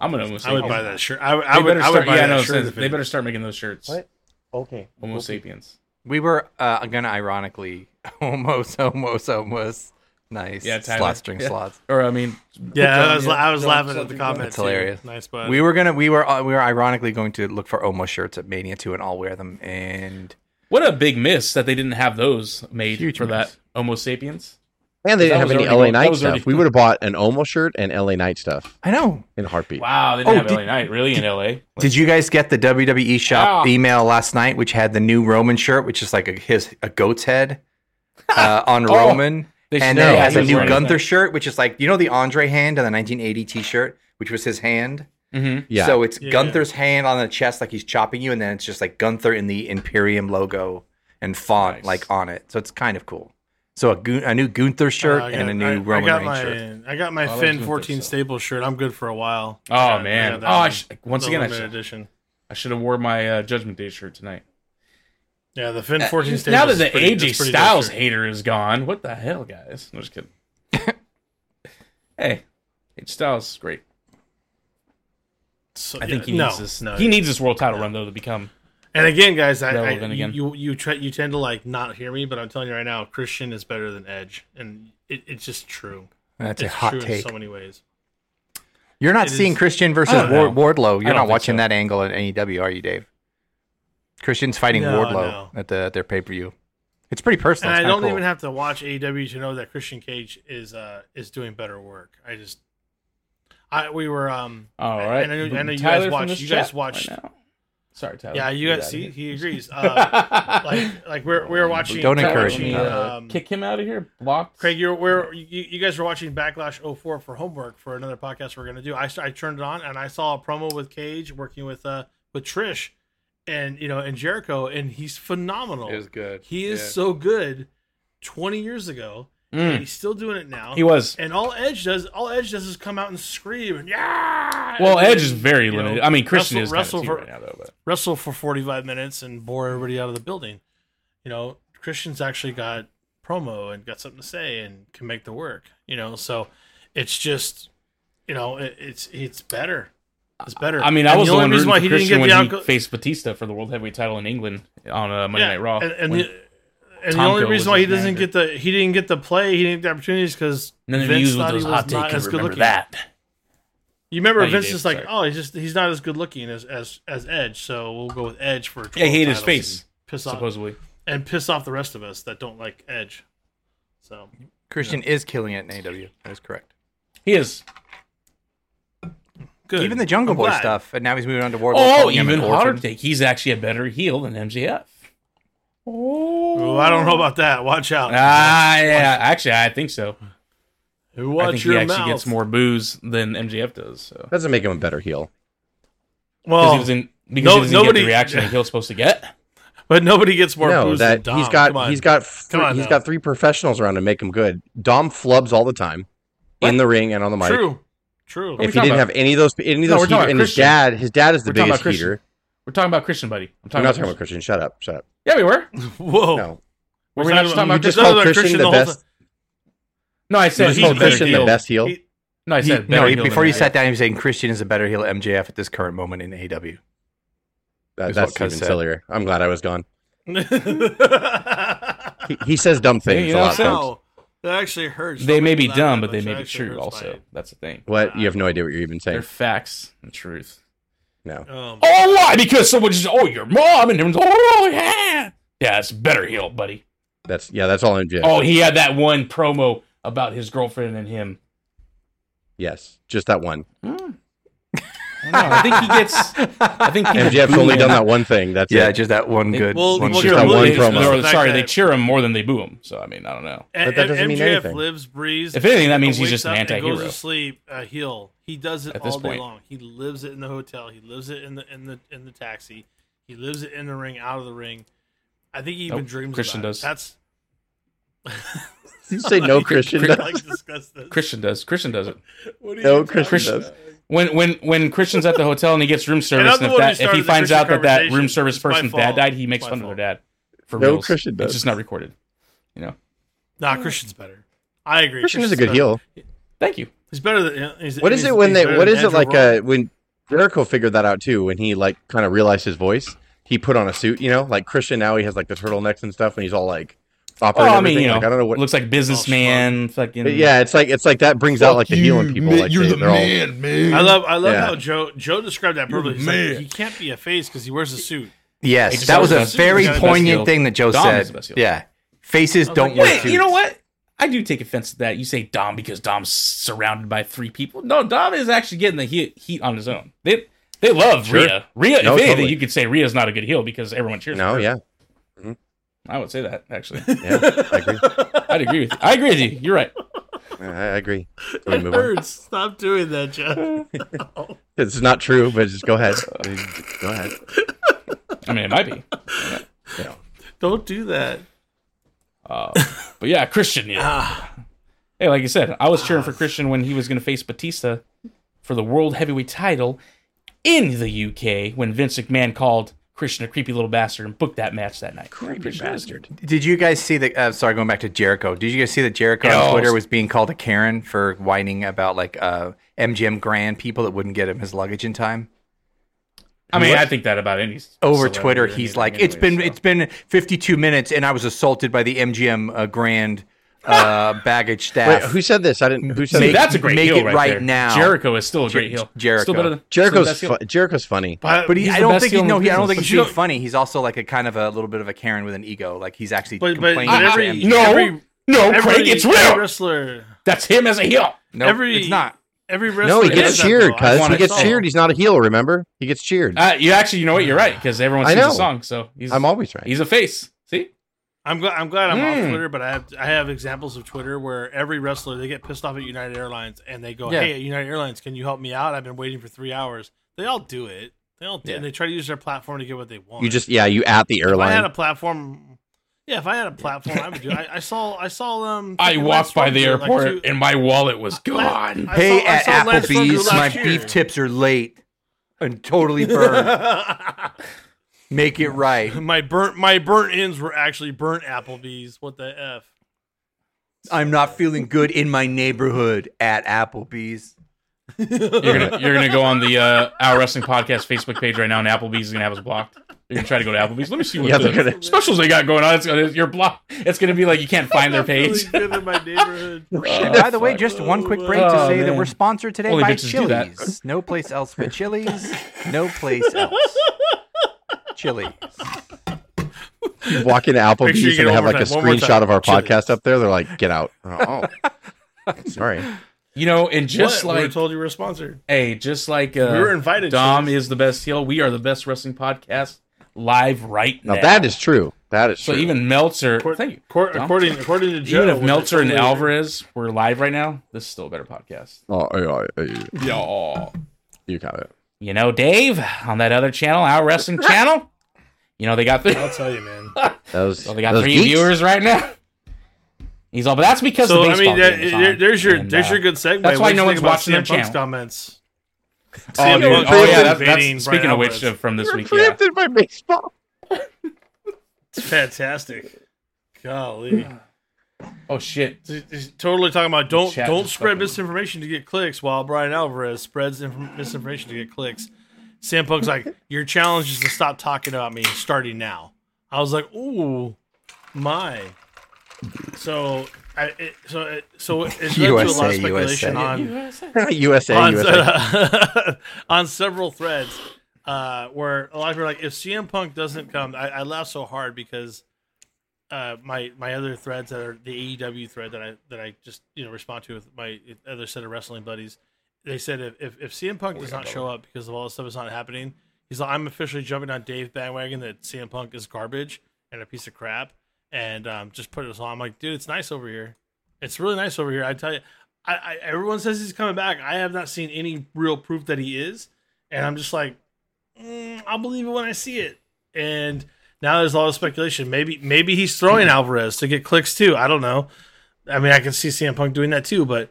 C: I'm going to almost.
B: I would
C: say-
B: buy that shirt. I, would-
C: They
B: I would.
C: better
B: I
C: start.
B: would buy
C: yeah, no,
B: that
C: it says
B: shirt.
C: they better start making those shirts.
E: What? Okay.
C: Homo sapiens.
D: We were uh, gonna ironically almost, almost, almost. Nice.
C: Yeah, Tyler.
D: slots, string
C: Yeah.
D: slots.
C: Or I mean,
B: Yeah, I was,
C: Yeah.
B: I was
E: John
B: laughing at the
E: Sutherland.
B: comments.
D: That's hilarious.
B: Too. Nice, but
D: We were gonna, we were, uh, we were ironically going to look for Omo shirts at Mania 2 and I'll wear them. And
C: what a big miss that they didn't have those made
D: Huge
C: for
D: miss.
C: that Homo sapiens.
A: And they
C: That
A: didn't have
C: was
A: any
C: already
A: LA
C: going- that
A: Knight
C: was
A: stuff.
C: already-
A: We would have bought an Omo shirt and LA Knight stuff
D: I know.
A: in a heartbeat.
C: Wow, they didn't
D: Oh,
C: have
D: did-
C: LA Knight really in LA.
D: Did you guys get the WWE shop
C: Ah.
D: email last night, which had the new Roman shirt, which is like a, his a goat's head uh, on
B: Oh,
D: Roman,
C: They should-
D: and
C: yeah,
D: then it
C: he
D: has the
C: was
D: new
C: wearing
D: Gunther
C: that.
D: shirt, which is like you know the Andre hand on the 1980 T-shirt, which was his hand.
C: Mhm.
A: Yeah.
D: So it's
B: Yeah.
D: Gunther's hand on the chest, like he's chopping you, and then it's just like Gunther in the Imperium logo and font,
C: Nice.
D: like on it. So it's kind of cool. So a, Gun- a new Gunther
B: Uh, I
D: shirt
B: got-
D: and a new
B: I-
D: Roman
B: I got
D: Reigns
B: my,
D: shirt.
B: I got my
C: Oh, that's
B: Finn
C: good,
B: 14
C: so.
B: staple shirt. I'm good for a while.
C: Oh
B: Yeah,
C: man!
B: yeah,
C: oh,
B: that
C: I
B: one.
C: sh- once
B: The
C: again, I
B: limited
C: should,
B: edition.
C: I should have wore my uh, Judgment Day shirt tonight.
B: Yeah, the Finn
D: Uh,
B: 14 staple.
C: now
B: is
C: that the
B: pretty-
C: AJ
B: it's pretty dope
C: Styles
B: shirt.
C: hater is gone, what the hell, guys? I'm just kidding. hey, AJ Styles is great.
B: So,
C: I think
B: yeah,
C: he
B: no,
C: needs this.
B: No,
C: He needs this world title run though to become.
B: And again, guys, I, I
C: Relevant
B: you-
C: again.
B: you you try, you tend to like not hear me, but I'm telling you right now, Christian is better than Edge, and it, it's just true.
D: That's a
B: it's
D: hot
B: true in
D: take.
B: so many ways.
D: You're not
B: It
D: seeing
B: is-
D: Christian versus
C: don't
D: Ward,
C: know.
D: Wardlow.
C: Oh, I
D: You're
C: don't
D: not
C: think
D: watching
C: so.
D: that angle at AEW, are you, Dave? Christian's fighting
B: No, no.
D: Wardlow at the at their pay per view. It's pretty personal.
B: and I
D: it's kinda
B: don't
D: cool.
B: even have to watch AEW to know that Christian Cage is uh is doing better work. I just, I we were um
C: All right.
B: and I know- I know you guys
C: Tyler from
B: watched-
C: this
B: you guys
C: chat
B: watched-
C: right now. Sorry, Tyler.
B: yeah you
C: Get
B: guys
C: outta
B: see
C: here.
B: he agrees uh, like like we're we were watching
D: Don't
B: we were
D: encourage
B: watching,
D: me.
C: Uh,
B: um,
C: kick him out of here. Blocked.
B: Craig, you're we're, you you guys were watching Backlash 04 for homework for another podcast we're gonna do. I, I turned it on and I saw a promo with Cage working with uh with Trish, and you know and Jericho and he's phenomenal.
D: good.
B: he is
D: yeah.
B: so good. Twenty years ago, and
C: Mm,
B: he's still doing it now.
C: he was.
B: and all Edge does, all Edge does is come out and scream and yeah.
C: Well,
B: And,
C: Edge is very
B: you know,
C: limited. I mean, Christian
B: wrestle-
C: is kind
B: wrestle
C: of too
B: for-
C: right now though. But
B: wrestle for 45 minutes and bore everybody out of the building. You know, Christian's actually got promo and got something to say and can make the work, you know, so it's just, you know, it, it's, it's better. It's better.
C: I mean, I
B: And
C: was the, one reason why he Christian didn't when
B: outgo-
C: he faced Batista for the world heavyweight title in England on uh, Monday Night Raw.
B: And, and
C: when-
B: the, and the
C: Tomko
B: only
C: was
B: reason why he
C: his
B: doesn't
C: manager.
B: get the, he didn't get the play. He didn't get the opportunities because
C: none of
B: Vince
C: you with
B: thought he
C: those
B: was
C: hot take
B: not
C: can
B: as good
C: remember
B: looking.
C: that.
B: You remember
C: Oh, you
B: Vince
C: did,
B: is like,
C: sorry.
B: oh, he's just, he's not as good looking as, as, as Edge. So we'll go with Edge for,
C: Yeah, he
B: 12
C: hate his
B: titles
C: face.
B: and Piss off.
C: Supposedly,
B: and piss off the rest of us that don't like Edge. So
D: E Christian is killing it in AEW. That is correct.
C: he is.
B: Good.
D: Even the Jungle
B: I'm
D: Boy
B: glad.
D: stuff, and now he's moving on to Wardlow.
C: Oh,
D: calling him an
C: even hotter
D: orphan.
C: take. He's actually a better heel than MJF. Oh,
B: Ooh, I don't know about that. Watch out.
C: Ah, yeah. Actually, I think so.
B: Watch
C: I think
B: your
C: he actually
B: mouth.
C: gets more booze than MJF does. So.
A: Doesn't make him a better heel.
C: Because
B: Well,
C: he was in because
B: no-
C: he doesn't get
B: nobody-
C: the reaction that he was supposed to get.
B: but nobody gets more
A: no,
B: booze
A: that
B: than Dom.
A: he's got
B: Come on.
A: he's
B: Come
A: got three,
B: on
A: he's
B: now.
A: got three professionals around to make him good. Dom flubs all the time in
B: What?
A: the ring and on the mic.
B: true, true.
A: If
C: we
A: he didn't
C: talking
A: have any of those, any of
C: No,
A: those,
C: we're talking
A: heater-
C: about
A: and his
C: Christian.
A: dad, his dad is the
C: We're talking
A: biggest
C: about Christian.
A: heater.
C: We're talking about Christian, buddy. I'm
A: I'm
C: talking
A: not
C: about
A: talking about Christian. Shut up, shut up.
C: Yeah, we were.
B: Whoa,
A: No,
C: Were we not just talking
A: you
C: about
A: just
C: Christian?
B: Christian-
A: called
B: No, no,
A: Christian,
B: Christian
A: the
B: the whole
A: best.
C: No, I
A: You
C: said
A: just
C: he's a
A: called
C: better
A: Christian the
C: heel.
A: best heel.
B: He-
C: No, I
D: He-
C: said
D: no,
C: better
D: he,
C: heel
D: before
C: than E
D: he
C: MJF.
D: sat down, he was saying Christian is a better heel at MJF at this current moment in E AW.
A: That,
D: Is
A: that's
D: what Cuz
A: even
D: said.
A: sillier. I'm glad I was gone. He, he says dumb things
C: you know
A: a
C: what
A: lot.
C: I'm saying?
B: Ow.
A: folks.
B: That actually hurts.
C: They may
B: Something
C: be
B: that
C: dumb, but they
B: much
C: may be
B: actually
C: true.
B: hurts by
C: Also,
B: it.
C: that's the thing.
A: What? You have no idea what you're even saying.
C: They're facts and truth.
A: No.
B: Um,
C: Oh, why? Because someone just oh your mom and everyone's oh yeah, yeah. It's better heel, buddy.
A: That's yeah. That's all MJF.
C: Oh, he had that one promo about his girlfriend and him.
A: Yes, just that one.
C: I, don't know. I think he gets. I think people
A: MJF's
C: boo
A: only
C: him.
A: done that one thing. That's
D: Yeah,
A: it.
D: just that one
C: They-
D: good.
B: Well,
D: one
B: well,
D: good
A: just that
C: Well,
A: one
C: they-
A: promo.
C: or,
B: The fact
C: sorry, they
B: that-
C: cheer him more than they boo him. So I mean, I don't know.
B: and,
A: that doesn't
B: and
A: mean
B: MJF
A: anything.
B: lives, breathes.
C: If anything, that means he's
B: wakes
C: just an
B: up and
C: anti-hero.
B: Goes to sleep a heel. He does it
C: At this
B: all day
C: point.
B: long. He lives it in the hotel. He lives it in the in the in the taxi. He lives it in the ring, out of the ring. I think he even
C: Nope,
B: dreams.
C: Christian
B: about it.
C: does.
B: That's
A: Did you say no Christian?
C: Chris-
A: does?
B: like discuss this.
C: Christian does. Christian does it.
B: What are you
A: No
B: talking
A: Christian
B: about?
A: does.
C: When when when Christian's at the hotel and he gets room
B: And
C: service,
B: I'm the
C: and, if,
B: one who
C: that, if
B: started
C: he
B: the
C: finds out
B: Christian
C: that that
B: conversation.
C: room service
B: It's my
C: person's
B: fault.
C: dad died, he
B: It's
C: makes
B: my
C: fun of their
B: fault.
C: dad. For
A: No
C: reals.
A: Christian does.
C: It's just not recorded. You know.
B: Nah, Christian's better. I agree.
A: Christian is a
B: Christian's
A: good
C: uh,
B: better.
A: heel.
C: Thank you.
B: He's better than. yeah, He's,
A: What is
B: he's-
A: it when
B: he's
A: they?
B: better
A: What
B: than
A: is it
B: Edge
A: like?
B: overall.
A: Uh, when Jericho figured that out too, when he like kind of realized his voice, he put on a suit. You know, like Christian now he has like the turtlenecks and stuff, and he's all like proper.
C: Well,
A: and
C: Oh, I mean,
A: everything.
C: you know,
A: like, I don't know what.
C: looks like businessman. Fucking
A: but yeah, it's like it's like that brings out like the heel in people. Like they, are all
B: I love. I love
A: Yeah.
B: how Joe Joe described that perfectly. He's like, he can't be a face because he wears a suit.
D: Yes,
C: It's
D: that was a
C: just-
D: very
B: it's just-
D: poignant thing that Joe
C: Dom is the
D: said.
C: best heel.
D: Yeah, faces
B: was
D: don't
B: like,
D: wear
C: Oh, Wait,
D: suits.
C: you know what? I do take offense to that. You say Dom because Dom's surrounded by three people. No, Dom is actually getting the heat, heat on his own. They they love
A: Sure.
C: Rhea. Rhea, if
A: No,
C: anything,
A: totally.
C: you could say Rhea's not a good heel because everyone cheers.
A: no,
C: for her.
A: yeah,
C: I would say that actually.
A: yeah, I agree.
C: I'd agree with you. I agree with you. You're right.
A: I, I agree. Can we move on?
B: Birds, stop doing that, Joe.
A: It's not true, but just go ahead. Go ahead.
C: I mean, it might be.
B: Don't do that.
C: Uh, but yeah, Christian. Yeah. hey, like you said, I was cheering for Christian when he was going to face Batista for the world heavyweight title in the UK when Vince McMahon called Christian a creepy little bastard and booked that match that night. Creepy bastard.
D: Did you guys see that? Uh, sorry, going back to Jericho. Did you guys see that Jericho
C: Yes.
D: on Twitter was being called a Karen for whining about like uh, MGM Grand people that wouldn't get him his luggage in time?
C: I mean, I think that about any.
D: Over
C: celebrity
D: Twitter,
C: or
D: he's
C: anything
D: like,
C: anyway,
D: "It's been
C: so."
D: it's been 52 minutes, and I was assaulted by the MGM uh, Grand uh, baggage
A: Wait,
D: staff."
A: who said this? I didn't. Who said this?
C: See,
D: Make-
C: that's a great
D: make
C: heel
D: it right
C: there.
D: now.
C: Jericho is still a great
D: Jer-
C: heel.
D: Jericho.
C: Still better than- still the
A: Jericho's
C: best heel.
A: fu- Jericho's funny.
B: But,
D: But he,
C: He's
D: I
C: the
D: don't
C: best
D: think
C: heel
D: he,
C: in
D: no,
C: the
D: he, I don't
C: business.
D: think
C: But
D: he's
B: you
D: being
B: don't-
D: funny. He's also like a kind of a little bit of a Karen with an ego. Like he's actually
B: But- but-
D: complaining.
B: but
D: to
B: every-
D: MGM.
C: Ah, no,
B: every-
C: no,
B: every,
C: Craig, it's
B: every
C: real.
B: wrestler,
C: That's him as a heel.
D: Nope,
B: every-
D: it's not.
B: every wrestler.
A: No, he
B: does
A: gets
B: that,
A: cheered,
B: though. I
A: cuz
B: wanna
A: he gets
B: say.
A: cheered. He's not a heel. Remember, he gets cheered.
C: Uh, you actually, you know what? You're right because everyone
A: I
C: sings
A: know.
C: a song, so he's
A: I'm always right.
C: he's a face. See,
B: I'm glad. I'm glad I'm
C: Mm.
A: Hmm.
B: off Twitter, but I have I have examples of Twitter where every wrestler they get pissed off at United Airlines and they go,
D: Yeah.
B: "Hey, United Airlines, can you help me out? I've been waiting for three hours." They all do it. They all do,
C: Yeah.
B: and they try to use their platform to get what they want.
A: You just yeah, you at the
B: If I had a
A: airline.
B: platform, yeah. If I had a platform, I would do. I, I saw, I saw um.
C: I
B: fucking
C: walked
B: Lance
C: by the
B: Storm do it, like,
C: airport
B: two-
C: and my wallet was
B: I-
C: gone.
B: I
D: Hey,
B: saw- I
D: at
B: saw Lance Storm do
D: Applebee's,
B: last
D: my
B: year.
D: beef tips are late and totally burned. Make it right.
B: my burnt, my burnt ends were actually burnt Applebee's. What the f?
D: I'm not feeling good in my neighborhood at Applebee's.
C: You're gonna you're gonna go on the uh, Our Wrestling Podcast Facebook page right now, and Applebee's is gonna have us blocked. You're gonna try to go to Applebee's. Let me see what
A: Yeah,
C: the
A: they're gonna-
C: specials they got going on. It's gonna, you're blocked. It's gonna be like you can't find their page.
B: Really good in my neighborhood.
D: And by the way,
C: fuck.
D: just one quick break
C: Oh,
D: to say that
C: man.
D: we're sponsored today
C: Only
D: by
C: bitches do that.
D: Chili's. No place else but Chili's. No place else. Chili.
A: You walk into
B: Make sure you
A: Applebee's
B: get
A: and have like a
B: overtime. One more
A: screenshot
B: time.
A: of our
B: Chili's.
A: podcast up there. They're like, get out. Oh, sorry.
C: You know, and just
B: What? we
C: like
B: were told you were sponsored.
C: hey, just like uh,
B: we were invited.
C: Dom
B: Chase.
C: is the best heel. We are the best wrestling podcast live right now.
A: Now that is true. That is
C: so.
A: true.
C: Even Meltzer,
B: Cor-
C: thank you.
B: cor-
C: Dom.
B: according according to Joe,
C: Even if
B: when
C: Meltzer
B: they
C: and
B: told you-
C: Alvarez were live right now, this is still a better podcast.
A: oh, yeah, yeah, you-
C: Yo.
A: you got it.
C: You know, Dave on that other channel, our wrestling channel. You know, they got three.
B: I'll tell you, man.
A: That was,
C: So they got
A: those
C: three
A: geeks.
C: viewers right now. He's all, but that's because
B: So
C: the
B: I
C: baseball
B: mean, that,
C: game is
B: there-
C: on,
B: there's your
C: and,
B: there's
C: uh,
B: your good segue.
C: that's why
B: What do you
C: no
B: think
C: one's
B: about
C: watching their
B: CM Punk's
C: channel.
B: comments.
C: Oh,
B: CM
C: dude,
B: Punk
C: oh yeah,
B: is
C: that,
B: invading
C: that's speaking
B: Brian
C: of which, uh,
B: Alvarez.
C: from this
A: You're
C: week, yeah.
A: preempted by baseball.
B: It's fantastic. Golly,
C: Oh shit!
B: He's- he's totally talking about don't
C: chat
B: don't
C: just
B: spread
C: fucking-
B: misinformation to get clicks, while Brian Alvarez spreads inf- misinformation to get clicks. Sam Punk's like, your challenge is to stop talking about me starting now. I was like, ooh, my. So, I, it, so it, so it led to a lot of
D: USA.
B: speculation on
A: USA,
B: on,
A: USA.
B: on several threads uh, where a lot of people are like, if CM Punk doesn't come, I, I laugh so hard because uh, my my other threads that are the AEW thread that I that I just you know respond to with my other set of wrestling buddies, they said if if, if CM Punk does not show up because of all this stuff is not happening, he's like, I'm officially jumping on Dave bandwagon that CM Punk is garbage and a piece of crap, and um, just put it on. I'm like, dude, it's nice over here. It's really nice over here. I tell you, I, I everyone says he's coming back. I have not seen any real proof that he is, and I'm just like, mm, I'll believe it when I see it. And now there's a lot of speculation. Maybe maybe he's throwing Alvarez to get clicks too. I don't know. I mean, I can see CM Punk doing that too, but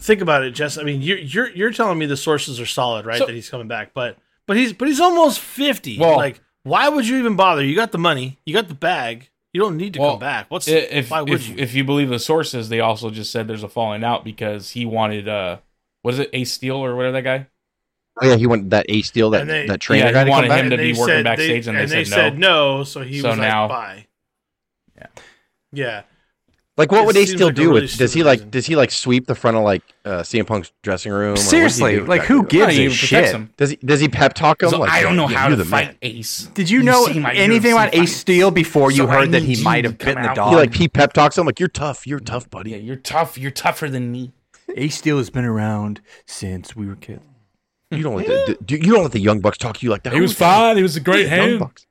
B: think about it, Jess. I mean, you're you're you're telling me the sources are solid, right?
C: So-
B: that he's coming back, but but he's but he's almost fifty.
C: Well-
B: like, why would you even bother? You got the money, you got the bag. You don't need to
C: Well,
B: come back. What's
C: If
B: why would
C: if,
B: you?
C: if you believe the sources, they also just said there's a falling out because he wanted uh, what is it, Ace Steel or whatever that guy?
A: Oh, yeah, he went that A steel that
B: And they-
A: that trainer
C: Yeah, he
A: guy to
C: wanted
A: come back.
C: him to
B: they
C: be working
B: said-
C: backstage,
B: they,
C: and they said
B: no. so he
C: So
B: was
C: now-
B: like, "Bye."
C: Yeah.
B: yeah.
A: Like, what
B: It
A: would A
B: seems
A: steel
B: like a
A: do
B: really
A: with? Does he
B: stupid
A: like?
B: reason.
A: Does he like sweep the front of like uh, CM Punk's dressing room? or what does he
D: Seriously,
A: do with
D: like,
A: that
D: who
A: dude?
D: gives
C: No, he
D: a
C: protects
D: shit?
C: him.
A: Does he does he pep talk him?
C: So
A: like,
C: I don't know
A: "Yeah,
C: how
A: you're
C: to
A: the
C: fight
A: man."
C: Ace.
D: Did you know
C: see my
D: anything
C: UFC
D: about Ace
C: fights.
D: Steel before you
C: So I
D: heard that
C: need
D: he
C: you
D: might have
C: to
D: bitten
C: come
D: the
C: out.
D: dog?
A: He like he pep talks him like you're tough, you're tough, buddy.
C: Yeah, you're tough. You're tougher than me.
D: Ace Steel has been around since we were kids.
A: You don't let the, the- you don't let the young bucks talk to you like that.
C: He was
A: Who's that?
C: fine. He was a great
A: Young
C: hand.
A: bucks.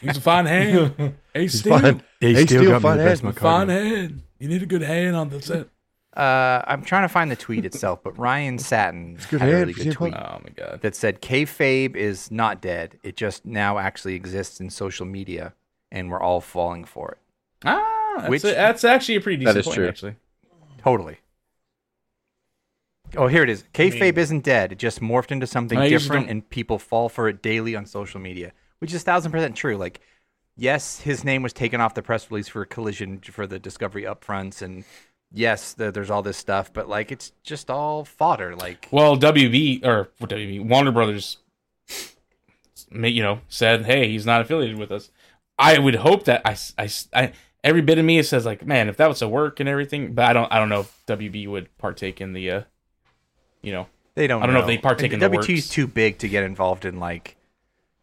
C: He was a fine hand. Ace Steel,
A: Fine.
D: Ace,
A: Steel got me the best
C: fine hand. You need a good hand on the set.
D: Uh, I'm trying to find the tweet itself, but Ryan Satin
A: good
D: had a
A: hand
D: really
A: for
D: good
A: CM Punk.
D: tweet
C: Oh my god.
D: that said kayfabe is not dead. It just now actually exists in social media, and we're all falling for it.
C: Ah, that's,
D: Which-
C: a- that's actually a pretty decent
A: That is
C: point,
A: true.
C: actually.
D: Totally. Oh, here it is. Kayfabe isn't dead. It just morphed into something
C: I usually
D: different,
C: don't-
D: and people fall for it daily on social media, which is thousand percent true. Like, yes, his name was taken off the press release for collision for the Discovery upfronts, and yes, the, there's all this stuff, but like, it's just all fodder. Like,
C: Well, WB or WB Warner Brothers, ma- you know, said, "Hey, he's not affiliated with us." I would hope that I, s- I s- I- every bit of me says like, "Man, if that was a work and everything," but I don't, I don't know if WB would partake in the, uh, you know.
D: they don't.
C: I don't know if they partake in the
D: WT is
C: works.
D: too big to get involved in like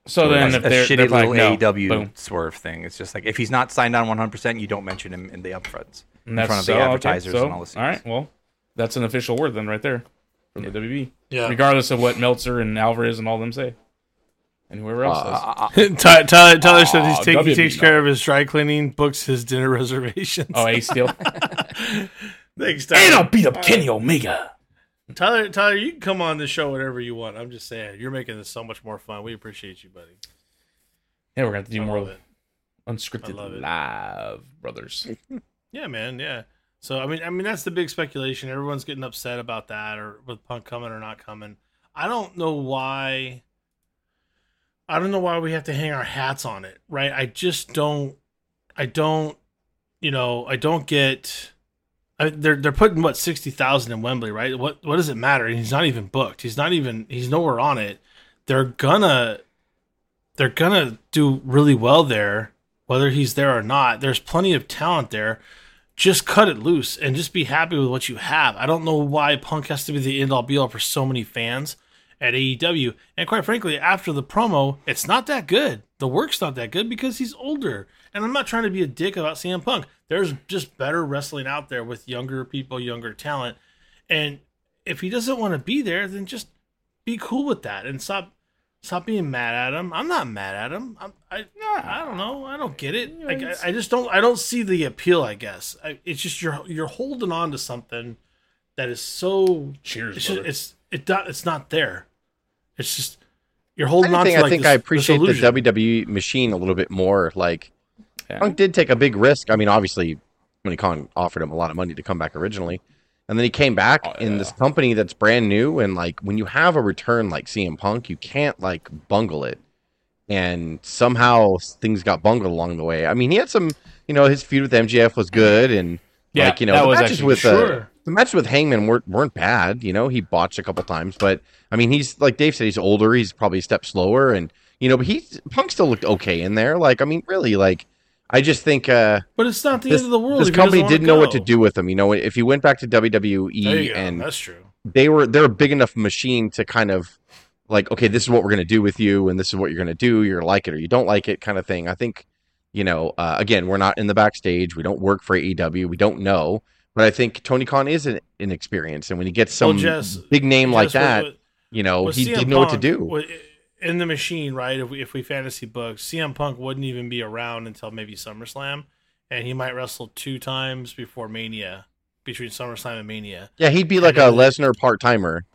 C: So then,
D: a,
C: if
D: a E
C: they're,
D: shitty
C: they're like,
D: little
C: no,
D: AEW
C: boom.
D: swerve thing. It's just like if he's not signed on 100, percent you don't mention him in the upfronts
C: And
D: in
C: that's
D: front of
C: so,
D: the
C: okay,
D: advertisers
C: so,
D: and all this.
C: All right, well, that's an official word then, right there, from the WB,
B: Yeah.
C: regardless of what Meltzer and Alvarez and all them say, and whoever
D: Uh,
C: else says.
B: Tyler, Tyler, Tyler said he's
C: Aw,
B: take, he
C: WB,
B: takes
C: no.
B: care of his dry cleaning, books his dinner reservations.
C: Oh, Ace Steel.
B: Thanks,
C: and I'll
B: Tyler.
C: beat up Kenny Omega.
B: Tyler, Tyler, you can come on the show whenever you want. I'm just saying, you're making this so much more fun. We appreciate you, buddy.
C: Yeah, we're gonna have to do
B: I
C: more
B: love
C: of
B: it. I
C: unscripted
B: love it.
C: live brothers
B: Yeah, man. Yeah. So I mean, I mean that's the big speculation. Everyone's getting upset about that, or with Punk coming or not coming. I don't know why. I don't know why we have to hang our hats on it, right? I just don't. I don't. You know, I don't get. I, they're they're putting what sixty thousand in Wembley, right? What what does it matter? He's not even booked. He's not even. He's nowhere on it. They're gonna. They're gonna do really well there, whether he's there or not. There's plenty of talent there just cut it loose and just be happy with what you have. I don't know why Punk has to be the end all be all for so many fans at AEW. And quite frankly, after the promo, it's not that good. The work's not that good because he's older. And I'm not trying to be a dick about CM Punk. There's just better wrestling out there with younger people, younger talent. And if he doesn't want to be there, then just be cool with that and stop stop being mad at him. I'm not mad at him. I'm, I I don't know. I don't get it. Like, I, I just don't. I don't see the appeal. I guess I, it's just you're you're holding on to something that is so
C: Cheers,
B: it's
C: brother.
B: just, it's it do, it's not there. It's just you're holding on
A: I think,
B: to
A: I,
B: like
A: think
B: this,
A: I
B: this
A: appreciate the
B: illusion.
A: WWE machine a little bit more. Like
C: Yeah.
A: Punk did take a big risk. I mean, obviously, Tony Khan offered him a lot of money to come back originally, and then he came back
C: Oh,
A: in this company that's brand new. And like when you have a return like CM Punk, you can't like bungle it. And somehow things got bungled along the way. I mean, he had some, you know, his feud with MGF was good, and
E: Yeah,
A: like you know,
E: that
A: the
E: was
A: matches
E: actually-
A: with uh,
B: sure.
A: the matches with Hangman weren't weren't bad. You know, he botched a couple times, but I mean, he's like Dave said, he's older. He's probably a step slower, and you know, but he Punk still looked okay in there. Like, I mean, really, like, I just think uh,
B: But it's not the
A: this,
B: end of the world.
A: this
B: if he doesn't
A: company
B: wanna
A: didn't know what to
B: go.
A: do with him. You know, if he went back to
B: There you
A: WWE
B: go.
A: and
B: That's true.
A: they were they're a big enough machine to kind of like okay this is what we're going to do with you and this is what you're going to do you're gonna like it or you don't like it kind of thing i think you know uh, again we're not in the backstage we don't work for aew we don't know but i think tony khan is an, an experience and when he gets
B: Well,
A: some
B: Jess-
A: big name like
B: Yes, with-
A: that
B: with-
A: you know
B: with
A: he
B: CM
A: didn't know what to
B: Punk,
A: do
B: with- In the machine, right? If we, if we fantasy book, CM Punk wouldn't even be around until maybe SummerSlam, and he might wrestle two times before Mania, between SummerSlam and Mania,
A: yeah he'd be like a
B: know that-
A: lesnar part-timer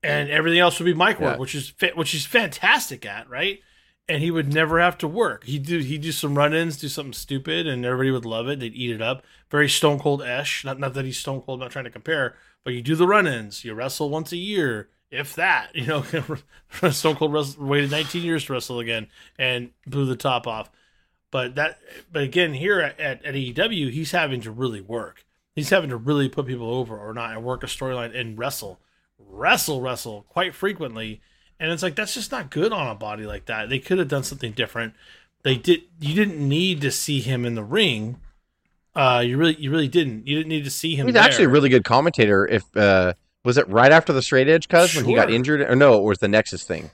B: and everything else would be mic work,
A: Yeah.
B: which is fa- which he's fantastic at, right? And he would never have to work. He would do he would do some run-ins, do something stupid, and everybody would love it. They'd eat it up. Very Stone Cold Esh. Not not that he's Stone Cold. I'm not trying to compare, but you do the run-ins. You wrestle once a year, if that. You know, Stone Cold wrestled, waited 19 years to wrestle again and blew the top off. But that, but again, here at, at, at AEW, he's having to really work. He's having to really put people over or not and work a storyline and wrestle, wrestle, wrestle quite frequently. And it's like that's just not good on a body like that. They could have done something different. They did. You didn't need to see him in the ring. Uh, you really, you really didn't. You didn't need to see him.
A: he's actually a
B: there.
A: really good commentator if uh was it right after the straight edge cuz when he got
B: Sure.
A: injured or no it was the nexus thing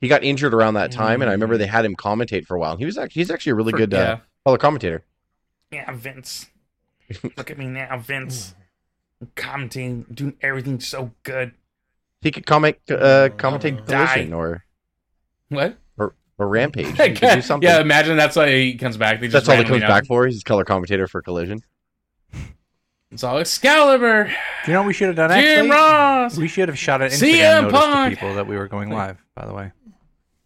A: he got injured around that time and i remember they
E: Mm.
A: had him commentate for a while he was actually he's actually a really good uh,
C: yeah.
A: fellow commentator
E: Yeah, Vince. Look at me now, Vince.
A: Hmm.
E: I'm commenting, doing everything so good.
A: He could comic uh,
B: Uh,
A: commentate
E: Die.
A: collision or,
C: What?
A: or rampage. He could do something.
C: yeah, imagine that's why he comes back. They just
A: that's all he
C: randomly
A: comes
C: know.
A: back for. He's color commentator for collision.
C: It's all Excalibur,
D: you know what we should have done?
C: Jim
D: Actually,
C: Ross.
D: we should have shot an Instagram
C: CM
D: notice
C: Punk.
D: to people that we were going live. By the way,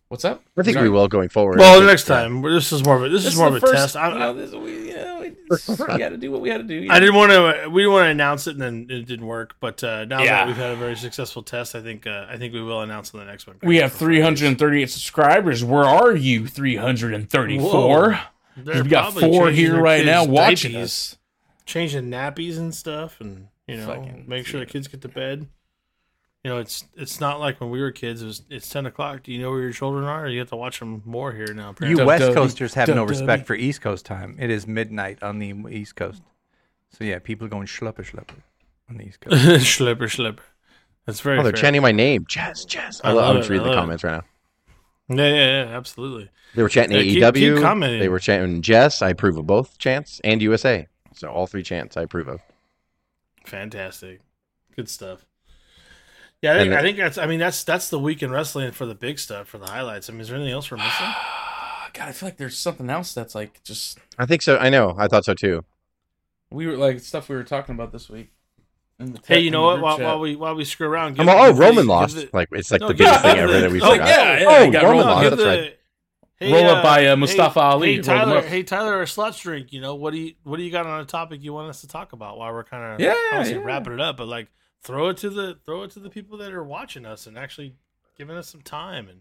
C: What's up?
A: I think
C: Sorry.
A: we will going forward.
B: Well, next time. we're- This is more of a this,
C: This
B: is more of
C: the
B: a
C: first-
B: test. I,
C: you
B: I,
C: know, this, we, you know, it's- we got to do what we had to do. you
B: I
C: know.
B: didn't want to. We didn't want to announce it, and then it didn't work. But uh, now
E: Yeah.
B: that we've had a very successful test, I think uh, I think we will announce on the next one.
C: We have 338 subscribers. Where are you, 334?
B: They're
C: We've got
B: probably
C: four
B: changing
C: here
B: their
C: right
B: kids'
C: now watching
B: diapers,
C: us.
B: changing nappies and stuff, and you know,
C: Fucking
B: make sure the kids get to bed. You know, it's it's not like when we were kids. It was, it's ten o'clock. Do you know where your children are? You have to watch them more here now.
D: you
B: Apparently.
C: Dub
D: West
C: dubby,
D: Coasters have no
C: dub
D: respect
C: dubby.
D: for East Coast time. It is midnight on the East Coast. So yeah, people are going schlepper schlepper on the East Coast.
B: slipper, slipper. That's very.
A: Oh, they're
B: fair.
A: chanting my name. Jazz, Jazz. I,
B: I
A: love,
B: love
A: I'm just
B: it, I
A: reading the
B: love it.
A: comments right now.
B: Yeah, yeah, yeah. Absolutely.
A: They were chanting
B: Yeah, keep-
A: AEW.
B: keep commenting.
A: They were chanting Jess. I approve of both chants and USA. So all three chants I approve of.
B: Fantastic. Good stuff. Yeah, I think,
A: And the-
B: I think that's. I mean, that's that's the week in wrestling for the big stuff, for the highlights. I mean, is there anything else we're missing?
C: God, I feel like there's something else that's like just
A: I think so. I know. I thought so too.
C: we were like stuff we were talking about this week. in the
B: hey,
C: tech-
B: you
C: in
B: know
C: the
B: what?
C: group
B: While,
C: chat.
B: while we while we screw around,
A: I'm all, oh,
B: give the-
A: Roman
B: give
A: lost.
B: the-
A: like it's like
B: No,
A: the
B: give
A: biggest
B: the-
A: thing ever that we
B: Oh,
A: forgot.
C: yeah, yeah,
A: oh,
C: I got
A: Roman
C: Roman.
A: lost.
B: give
A: That's
B: the-
A: right.
B: Hey,
C: Roll up by, uh,
B: hey-
C: Mustafa Ali.
B: Hey
C: Roll him
B: Tyler,
C: up.
B: hey Tyler, our sluts drink. You know what do you what do you got on a topic you want us to talk about? While we're kind of
C: Yeah, yeah.
B: wrapping it up, but like throw it to the throw it to the people that are watching us and actually giving us some time and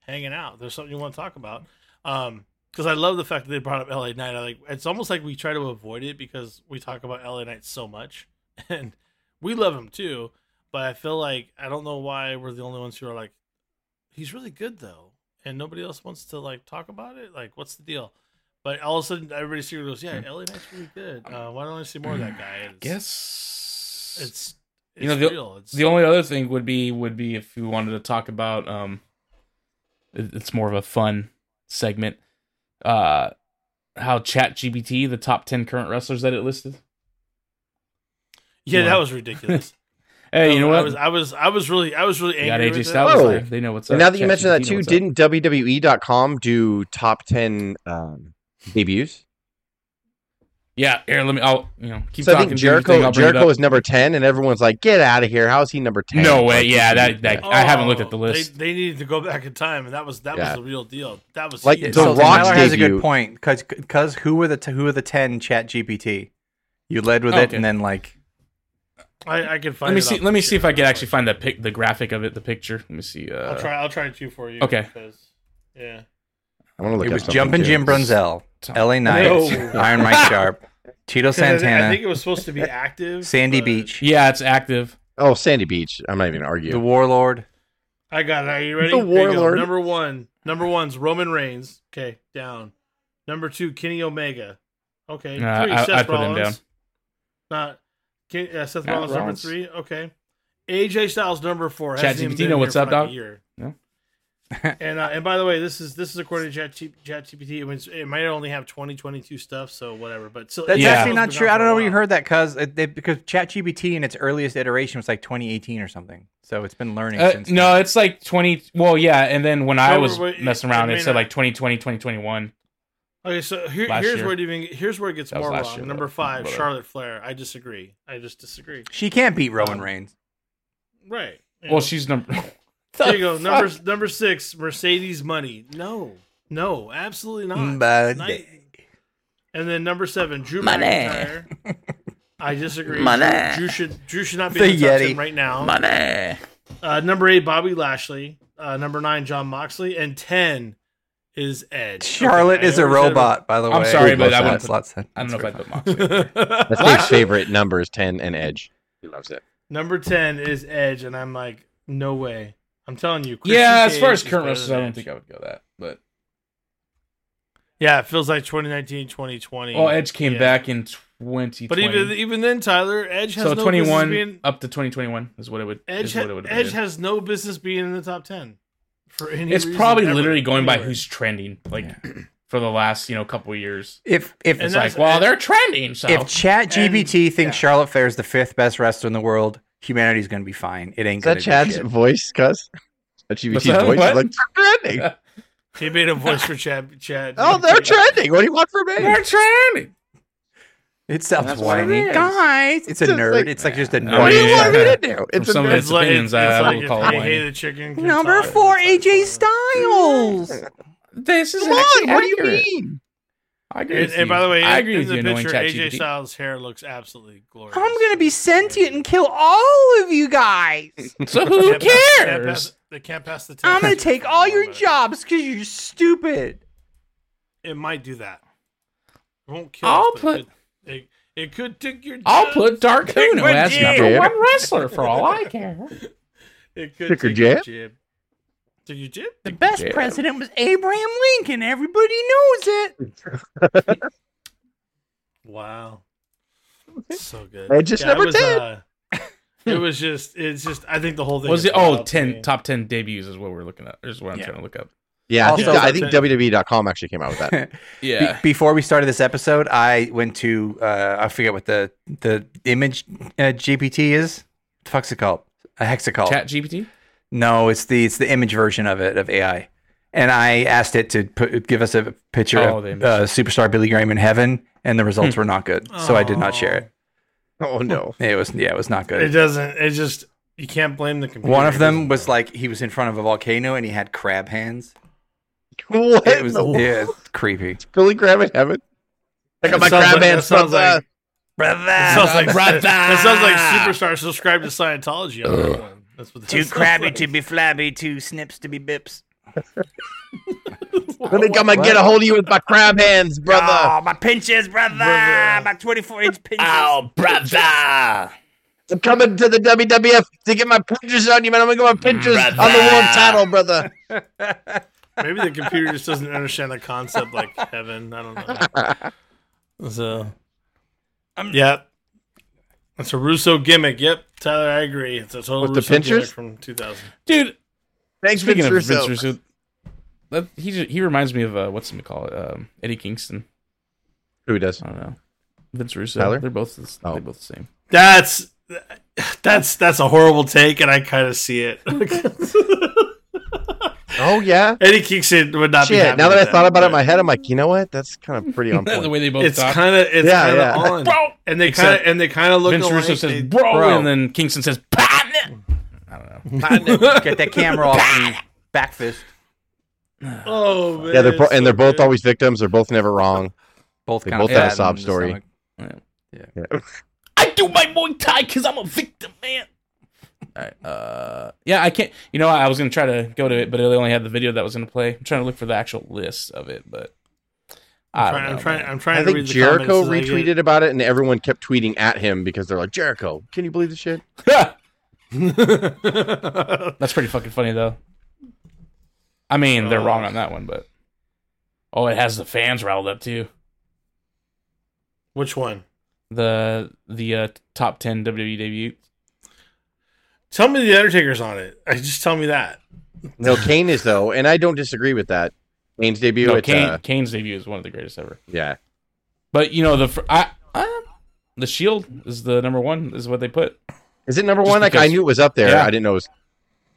B: hanging out. There's something you want to talk about. Um, because I love the fact that they brought up LA Night. I like it's almost like we try to avoid it because we talk about LA Night so much, and we love him too. But I feel like I don't know why we're the only ones who are like, he's really good though, and nobody else wants to like talk about it. Like, what's the deal? But all of a sudden, everybody secretly goes,
C: Hmm.
B: "Yeah, LA Knight's really good. Uh, why don't I see more of that guy?" And It's,
C: guess
B: it's it's
C: You know, the-
B: real. It's
C: The only other thing would be would be if we wanted to talk about um it- it's more of a fun segment. Uh how Chat GBT, the top ten current wrestlers that it listed.
B: Yeah,
C: Come
B: that
C: on.
B: was ridiculous.
C: Hey, you know what?
B: Oh, I was, I was, I was really, I was really
C: you got
B: angry.
C: AJ
B: with it.
C: Styles
A: Oh.
C: there. They know what's up.
A: and now that you mentioned that
C: ChatGPT
A: too,
C: knows what's up.
A: didn't WWE.com do top 10 um, debuts?
C: Yeah, here, let me. I'll you know keep
A: so I
C: talking.
A: think
C: do your thing,
A: Jericho
C: I'll bring it
A: Jericho
C: up.
A: is number 10, and everyone's like, get out of here. How is he number 10?
C: No way.
A: Like,
C: Yeah,
A: he's-
C: that- that- I haven't looked at the
B: Oh,
C: list.
B: They, they needed to go back in time, and that was that
A: Yeah.
B: was the real deal. That was
A: Like,
B: huge.
A: The
D: so
A: Rock's
D: Tyler has a
A: debut.
D: good point because who were the t- who were the ten Chat GPT? You led with it,
C: Oh, Okay.
D: and then like
B: I, I can find.
C: Let me
B: it
C: see.
B: off
C: Let
B: the
C: me
B: shit
C: see if I can
B: real
C: actually
B: quick.
C: find the pic, the graphic of it, the picture. Let me see. Uh,
B: I'll try. I'll try to for you.
C: okay.
B: because- yeah.
A: I want to look
D: it
A: at
D: was Jumpin' Jim Brunzel, L.A. Knight,
B: No.
D: Iron Mike Sharp, Tito
B: 'Cause I thi- I think
D: Santana,
B: it was supposed to be active.
D: Sandy
B: but-
D: Beach,
C: Yeah, it's active.
A: Oh, Sandy Beach. I'm not even gonna
D: The
A: argue.
D: Warlord.
B: I got it. Are you ready?
A: The
B: Here you go.
A: Warlord.
B: Number one. Number one's Roman Reigns. Okay, down. Number two, Kenny Omega. Okay.
C: Nah, I- I put him down.
B: Not Ken, uh, Seth
C: Not
B: Rollins, number
C: Rollins.
B: three. Okay. AJ Styles number four.
C: Chat
B: Hasn't even
C: GPT,
B: been
C: know
B: here
C: what's
B: for
C: up,
B: like a
C: dog?
B: year.
C: No.
B: and uh, and by the way, this is this is according to Chat GPT. It, was, it might only have twenty twenty two stuff, so whatever. But still,
D: That's
C: Yeah.
D: actually not
B: It's been
D: true.
B: gone
D: I don't know
B: for
D: where
B: a
D: you
B: while.
D: heard that because it, it, because ChatGPT in its earliest iteration was like 2018 or something. So it's been learning
C: Uh,
D: since.
C: no,
D: then.
C: it's like twenty. Well, yeah, and then when I
B: No,
C: was
B: wait,
C: messing
B: I
C: around, it
B: mean,
C: said
B: uh,
C: like 2020, 2021.
B: Okay, so here,
C: Last
B: here's
C: year.
B: where it even here's where it gets
C: That was
B: more
C: last
B: wrong.
C: year,
B: Number
C: though. uh,
B: five,
C: Whatever.
B: Charlotte Flair. I disagree. I just disagree.
D: she can't
C: Oh,
D: beat Roman Reigns.
B: Right. you know.
C: Well, she's number.
B: there you go.
C: Fuck.
B: Number number six, Mercedes money. No, no, absolutely
D: Mm,
B: not. Night- And then number seven, Drew
F: Money.
B: McIntyre. I disagree.
F: Money.
B: Drew should Drew should not be
D: The
B: in the top
D: Yeti.
B: 10 right now.
F: Money.
B: Uh, number eight, Bobby Lashley. Uh, number nine, John Moxley, and ten is Edge.
D: Charlotte
B: Okay, I
D: is a
B: already said it.
D: robot, by the way.
C: I'm sorry,
A: Ooh, but I
D: That's-
A: wouldn't
D: that's
C: put-
D: lots of-
C: I don't know if I put Mox.
A: That's his favorite number is 10 and Edge. He loves it.
B: Number ten is Edge, and I'm like, no way. I'm telling you. Christian
C: yeah, as far
B: Cage
C: as
B: is
C: current
B: better
C: wrestlers, I
B: than
C: don't
B: Edge.
C: think I would go that. But
B: Yeah, it feels like 2019, 2020.
C: oh, Edge came
B: Yeah.
C: back in 2020.
B: But even even then, Tyler Edge has
C: so uh,
B: no
C: 21
B: business being
C: up to 2021 is what it would.
B: Edge.
C: is what
B: ha-
C: it would have
B: Edge
C: been.
B: has no business being in the top ten for any.
C: it's
B: reason
C: probably
B: ever,
C: literally going by
B: anywhere.
C: who's trending like for the last you know couple of years
D: If if
B: And
C: it's
B: that's-
C: like well they're trending so
D: if ChatGPT thinks
B: yeah.
D: Charlotte Flair is the fifth best wrestler in the world, humanity's gonna be fine. It ain't
A: Is
D: gonna
A: that Chad's
D: do shit.
A: voice, cuz? That GBT's
C: that?
A: voice
C: What?
A: is like, they're trending.
B: He made a voice for Chad. Chad.
A: Oh, they're trending. What do you want from me?
C: they're trending
D: It sounds
C: That's what it
D: whiny,
C: is.
D: guys. It's a
A: It's
D: nerd.
A: like-
D: it's like just a
C: I
A: What do
D: nerd.
C: mean,
A: you want me
C: yeah.
A: to do? It's a
C: some of
A: nerd.
C: it's-
B: It's like
C: opinions,
B: it's
C: I
B: like
C: will
B: if
C: call
B: I
C: whiny.
B: hate the chicken. can
D: Number
B: talk.
D: four, AJ Styles.
C: this is
A: Come on,
C: actually
A: what do you
C: accurate.
A: mean?
C: I agree
B: And,
C: with
B: and by the way,
C: I agree
B: in
C: with
B: the
C: you annoying
B: picture, AJ
C: ChatGPT.
B: Styles' hair looks absolutely glorious.
D: I'm gonna be sentient and kill all of you guys.
C: so who
B: Can't pass- can't pass-
C: cares
B: They can't pass the test.
D: I'm gonna take all your
B: But
D: jobs because you're stupid.
B: It might do that. It won't kill.
C: I'll
B: us, but
C: put-
B: It, could- it, it could take your.
C: I'll
B: jobs.
C: put Dark
B: Take
C: Uno
B: my
C: as
B: jib.
C: number one wrestler for all I care.
B: It could
A: Took your
B: take your
A: jab?
B: jib. Took your jib?
D: The best
C: Yeah.
D: president was Abraham Lincoln. Everybody knows it.
B: Wow. So good.
A: Edge is
B: it
A: number
B: was,
A: 10.
B: uh, it was just, it's just, I think the whole thing.
C: Was
B: is
C: it oh
B: wild to
C: 10
B: me.
C: top 10 debuts is what we're looking at. Is what I'm
D: Yeah.
C: trying to look up.
A: Yeah, I think,
D: Also-
A: I think WWE.com actually came out with that.
C: Yeah.
D: Be- before we started this episode, I went to uh, I forget what the the image uh, GPT is. What the fuck's it called? A hexacult.
C: Chat GPT?
D: No, it's the it's the image version of it of AI. And I asked it to put, give us a picture
C: Oh,
D: of
C: the image. Hmm.
D: uh, superstar Billy Graham in heaven, and the results were not good. So I did not share it.
A: Oh, no.
D: It was yeah, it was not
B: It
D: good.
B: doesn't, it just, you can't blame the computer.
D: One of them
B: It
D: was like he was in front of a volcano and he had crab hands.
A: What?
D: It was
A: in the world?
D: yeah, it's creepy.
A: Billy Graham in heaven? I got
B: It
A: my
B: sounds
A: crab
B: like-
A: hands.
B: that sounds
A: brother.
B: like- doesn't- it sounds like,
C: Brother.
B: it sounds like Superstar subscribed to Scientology on that one. That's what that sounds like.
D: be flabby, too snips to be bips.
A: Let me come and get a hold of you with my crab hands, brother.
D: my pinches, brother,
B: Oh, Brother.
D: my twenty-four inch pinches.
C: brother.
A: I'm coming to the WWF to get my pictures on you, man. I'm going to get my pictures on the world title, brother.
B: Maybe the computer just doesn't understand the concept like heaven. I don't know. So, yep, it's a Russo gimmick. Yep, Tyler, I agree. It's a total
A: With the
B: Russo gimmick
A: pinchers?
B: from 2000.
C: Dude,
A: Thanks,
C: Speaking
A: Vince
C: of
A: Russo.
C: Vince Russo, that, he ju- he reminds me of uh, what's him call it um, Eddie Kingston.
A: Who does?
C: I don't know Vince Russo.
A: Tyler?
C: They're both the, s-
A: Oh.
C: they're both the same.
B: That's That's that's a horrible take, and I kind of see it.
A: Oh yeah.
B: Eddie Kingston would not be.
A: Shit.
B: happy
A: Now that I
B: with
A: thought about it in
B: but
A: my head, I'm like, you know what? That's kind of pretty on
C: the
A: point.
C: way they both
B: it's
C: talk.
B: kind of it's
A: Yeah,
B: kind
A: yeah.
B: of on.
E: Bro,
B: And they kind
C: Except
B: of and they kind of look
C: Vince
B: alike.
C: Russo says
B: They-
C: bro,
A: bro.
C: and then Kingston says partner. I don't know.
D: Get that camera off me. Back fist.
B: oh man.
A: Yeah, they're bo- and they're both
B: always.
A: always victims. They're both never wrong.
D: Both
A: They
D: kinda
A: both have a
D: fat in
A: sob
D: the
A: story.
D: stomach.
C: I do my Muay Thai because I'm a victim, man. Alright, uh, yeah, I can't. You know, I was gonna try to go to it, but they only had the video that was gonna play. I'm trying to look for the actual list of it, but I
B: I'm
C: don't
B: trying,
C: know,
B: I'm trying.
C: man.
B: I'm
A: I
B: trying to
A: think
B: read the
A: Jericho
B: comments as I get-
A: retweeted about it, and everyone kept tweeting at him because they're like, Jericho, can you believe this shit?
C: That's pretty fucking funny though. I mean, they're wrong on that one, but oh, it has the fans riled up too.
B: Which one?
C: The the uh, top ten WWE debut.
B: Tell me the Undertaker's on it. I just tell me that.
A: No, Kane is though, and I don't disagree with that. Kane's debut.
C: No,
A: it's,
C: Kane,
A: uh,
C: Kane's debut is one of the greatest ever.
A: yeah,
C: But you know the fr- I, um, the Shield is the number one is what they put.
A: is it number
C: Just
A: one? Like I
C: because-
A: knew it was up there.
C: Yeah.
A: I didn't know it was.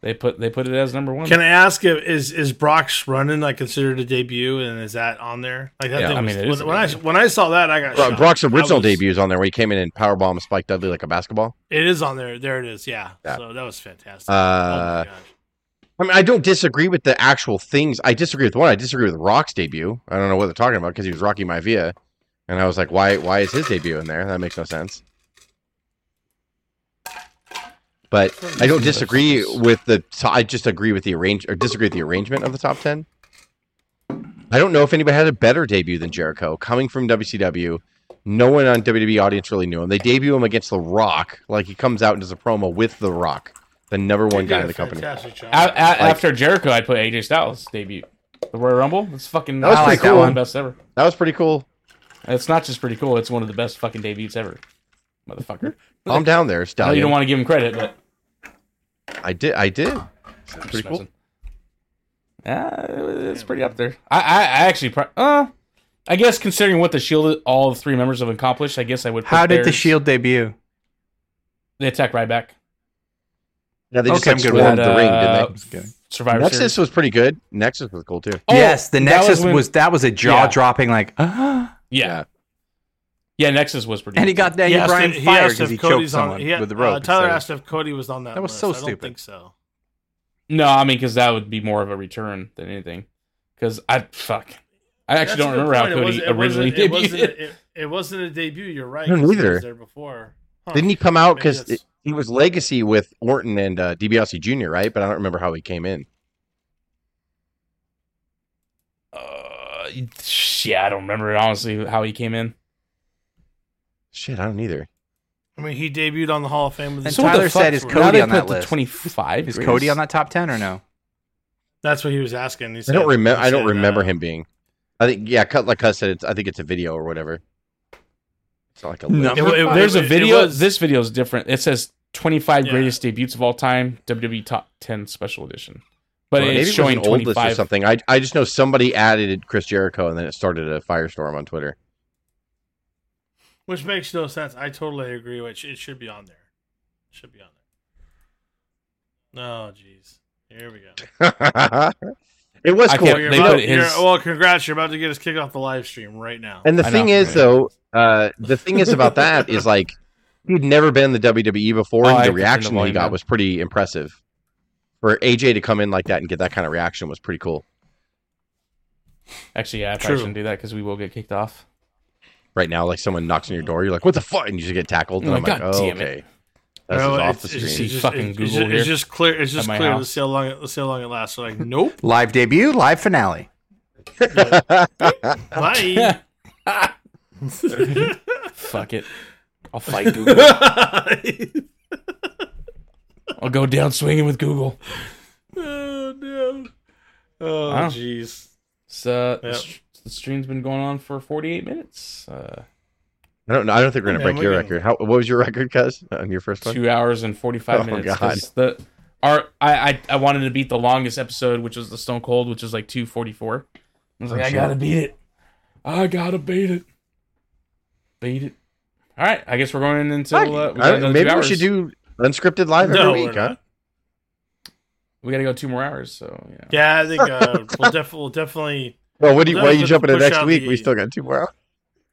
C: They put they put it as number one.
B: Can I ask if is is Brock's running like considered a debut, and is that on there? Like that
A: Yeah,
B: thing
C: I
B: was-
C: mean, it is
B: when,
C: a
B: when I
C: debut.
B: when I saw that, I got
A: Bro-
B: shocked.
A: Brock's
B: I
A: original
B: was-
A: debut is on there when he came in and powerbombed Spike Dudley like a basketball.
B: It is on there. There it is. Yeah.
A: Yeah.
B: So that was fantastic. oh
A: Uh,
B: my gosh.
A: I mean, I don't disagree with the actual things. I disagree with one. I disagree with Rock's debut. I don't know what they're talking about because he was Rocky Maivia, and I was like, why? Why is his debut in there? That makes no sense. But I don't disagree with the. So I just agree with the arrange or disagree with the arrangement of the top ten. I don't know if anybody had a better debut than Jericho coming from WCW. No one on WWE audience really knew him. They debut him against The Rock, like he comes out and does a promo with The Rock, the number one
B: They
A: guy
B: did
A: in
B: a
A: the company.
B: fantastic job.
C: A- a- after Jericho, I put AJ Styles debut. The Royal Rumble. That's fucking.
A: That was
C: I
A: pretty
C: like that
A: cool.
C: one best ever.
A: That was pretty cool.
C: It's not just pretty cool. It's one of the best fucking debuts ever, motherfucker.
A: Calm down there,
C: I know
A: Stallion.
C: you don't want to give him credit, but
A: I did. I did. Pretty cool.
C: Yeah, it's pretty up there. I, I, I actually, pro- uh, I guess considering what the Shield, all the three members have accomplished, I guess I would. put
D: How did the
C: theirs-
D: Shield debut?
C: They attacked right back.
A: Yeah, they just
D: Okay,
A: like,
D: I'm good
A: swarmed
C: with
A: the
C: that.
A: ring,
C: Uh,
A: didn't
D: Okay.
A: they?
C: Survivor
A: Nexus
C: Series.
A: was pretty good. Nexus was cool too.
C: Oh,
D: yes, the
C: that
D: Nexus
C: when-
D: was that was a jaw dropping like, ah.
C: yeah, yeah. Nexus was pretty.
D: and he
C: good.
D: got
B: He
D: Daniel
B: asked
D: Bryan
B: if- he
D: fired
B: asked
D: because
B: if
D: he choked
B: Cody's on-
D: someone
B: he had-
D: with the
B: uh,
D: rope.
B: Tyler
D: so-
B: asked if Cody was on that.
D: That was
B: list.
D: so
B: I don't
D: stupid.
B: think so.
C: No, I mean, because that would be more of a return than anything. Because I fuck, I actually don't remember how Cody originally
B: It wasn't,
C: debuted.
B: it, it wasn't a debut. You're right.
A: No,
B: 'cause he
A: neither.
B: was there before. Huh.
A: Didn't he come
B: Maybe
A: out because
B: that's-
A: he was legacy with Orton and uh, DiBiase Jr. Right? But I don't remember how he came in.
C: Uh, yeah, I don't remember honestly how he came in.
A: Shit, I don't either.
B: I mean, he debuted on the Hall of Fame. With the
D: And
C: what the
D: Tyler
C: fuck-
D: said, "Is
C: now
D: Cody
C: they
D: on that
C: put the
D: list?
C: 25.
D: Is
C: greatest-
D: Cody on that top ten or no?
B: That's what he was asking. He
A: I
B: said-
A: don't remember.
B: he
A: I don't
B: said,
A: remember
B: uh,
A: him being. I think yeah, cut like Cuss said. It's, I think it's a video or whatever. It's not like a
D: No.
A: list.
B: It, wa- it,
C: There's
B: it
C: a
B: was-
C: video.
B: It was,
C: This video is different. It says 25
B: Yeah.
C: greatest debuts of all time, WWE Top 10 Special Edition. But
A: Maybe it
C: it's
A: was
C: showing
A: an old list or
C: 25.
A: something. I I just know somebody added Chris Jericho and then it started a firestorm on Twitter.
B: which makes no sense. I totally agree. Which it should be on there. It should be on there. Oh, jeez. Here we go.
A: it was
C: I
A: cool.
C: can't-
B: Well, you're
C: they
B: about-
C: put his-
B: you're- well, congrats. You're about to get us kicked off the live stream right now.
A: And the
C: I
A: thing
C: know.
A: is, though, uh, the thing is about that is like he'd never been in the WWE before,
C: Oh, I
A: and
C: have
A: the
C: to turn the
A: reaction he
C: volume
A: got
C: down.
A: was pretty impressive. For AJ to come in like that and get that kind of reaction was pretty cool.
C: Actually, yeah, I probably
B: True.
C: shouldn't do that because we will get kicked off.
A: Right now, like someone knocks on your door, you're like, "What the fuck?" and you just get tackled. And
C: Oh,
A: I'm like,
C: God
A: oh,
C: damn it.
A: "Okay,
B: No,
A: this is off
B: it's-
A: the
B: it's just-
A: screen."
B: it's just-
C: Fucking
B: it's
C: Google
B: just-
C: here
B: It's just clear. It's just
C: my
B: clear.
C: house.
B: Let's see how long. it- Let's see how long it lasts. We're like, nope.
D: Live debut, live finale.
A: Oh,
B: Bye.
C: Fuck it. I'll fight Google.
B: Oh,
C: I'll go down swinging with Google.
B: oh no. Oh
C: Wow.
B: jeez.
C: So the
B: Yep.
C: str- the stream's been going on for 48 minutes. Uh,
A: I don't know. I don't think we're gonna
B: Hey, man,
A: break
B: we
A: your
B: can-
A: record. How? What was your record, Cuz, on your first one?
C: two hours and 45
A: Oh,
C: minutes.
A: God.
C: 'cause The our I, I I wanted to beat the longest episode, which was the Stone Cold, which was like 244. I
B: Oh,
C: was like, I gotta beat it. I gotta beat it. Beat it. All right, I guess we're going until
A: I-
C: uh, we got
A: I-
C: another
A: maybe
C: two
A: we
C: hours.
A: should do unscripted live
B: No,
A: every
B: we're
A: week, huh?
B: not.
C: We got to go two more hours, so yeah.
B: Yeah, I think uh, we'll, def- we'll definitely.
A: Well, what do you,
B: Well,
A: why are
B: then
A: you
B: just
A: jumping to
B: push
A: next
B: out
A: week?
B: the-
A: We still got two more. hours.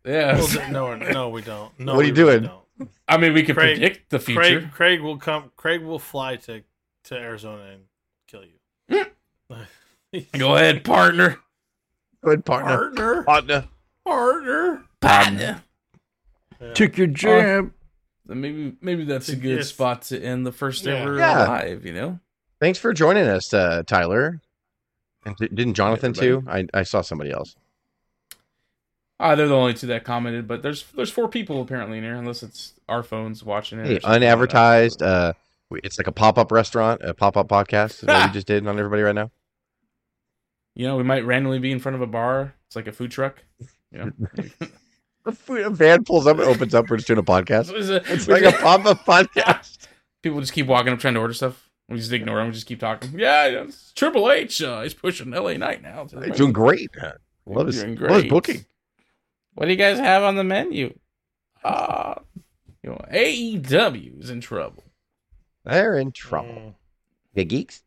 C: Yeah.
B: We'll de- no, no, we don't. No,
A: What are you
B: we really
A: doing?
B: don't.
C: I mean, we could
B: Craig-
C: predict the future.
B: Craig, Craig will come. Craig will fly to to Arizona and kill you.
C: Go ahead, partner.
A: Good partner.
B: partner,
A: Partner.
B: partner.
C: Partner.
B: Yeah.
D: Took your jab.
C: Maybe maybe that's a
B: It's-
C: good
B: it's-
C: spot to end the first
B: Yeah.
C: ever
A: Yeah.
C: live. You know,
A: Thanks for joining us, uh, Tyler. And di- didn't Jonathan too? I, I saw somebody else.
C: ah, they're the only two that commented, but there's there's four people apparently in here, unless it's our phones watching it. or
A: Hey,
C: something like that.
A: unadvertised. Uh, we- it's like a pop up restaurant, a pop up podcast is what we just did on everybody right now.
C: you know, we might randomly be in front of a bar. It's like a food truck. You know?
A: A fu- a van pulls up, and opens up. We're just doing a podcast.
C: It's a-
A: It's like a pop up podcast.
C: people just keep walking up trying to order stuff. We just ignore them. We just keep talking. Yeah, it's Triple H. Uh, he's pushing LA Night now.
A: They're doing great. man. Love his,
C: Doing
A: Love
C: great.
A: his booking.
C: What do you guys have on the menu? Ah, you know, AEW is in trouble.
A: They're
C: Mm.
A: in trouble. The geeks.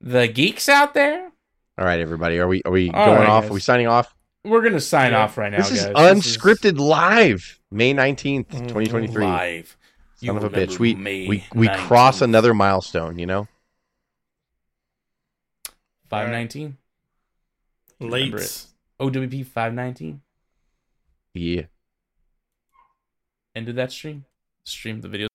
C: The geeks out there,
A: All right, everybody. Are we are we
C: All
A: going
C: right,
A: off?
C: guys.
A: Are we signing off?
C: we're gonna sign
B: Yeah.
C: off right now,
A: this is
C: guys. Mm,
A: unscripted live, May nineteenth,
B: Mhm.
A: twenty twenty three. Son
C: live.
A: of a
C: remember
A: bitch. We
C: May
A: we we
C: 19th.
A: cross another milestone. You know.
C: five nineteen. Remember
B: Late.
C: it. OWP five nineteen.
A: Yeah.
C: Ended that stream. Stream the video.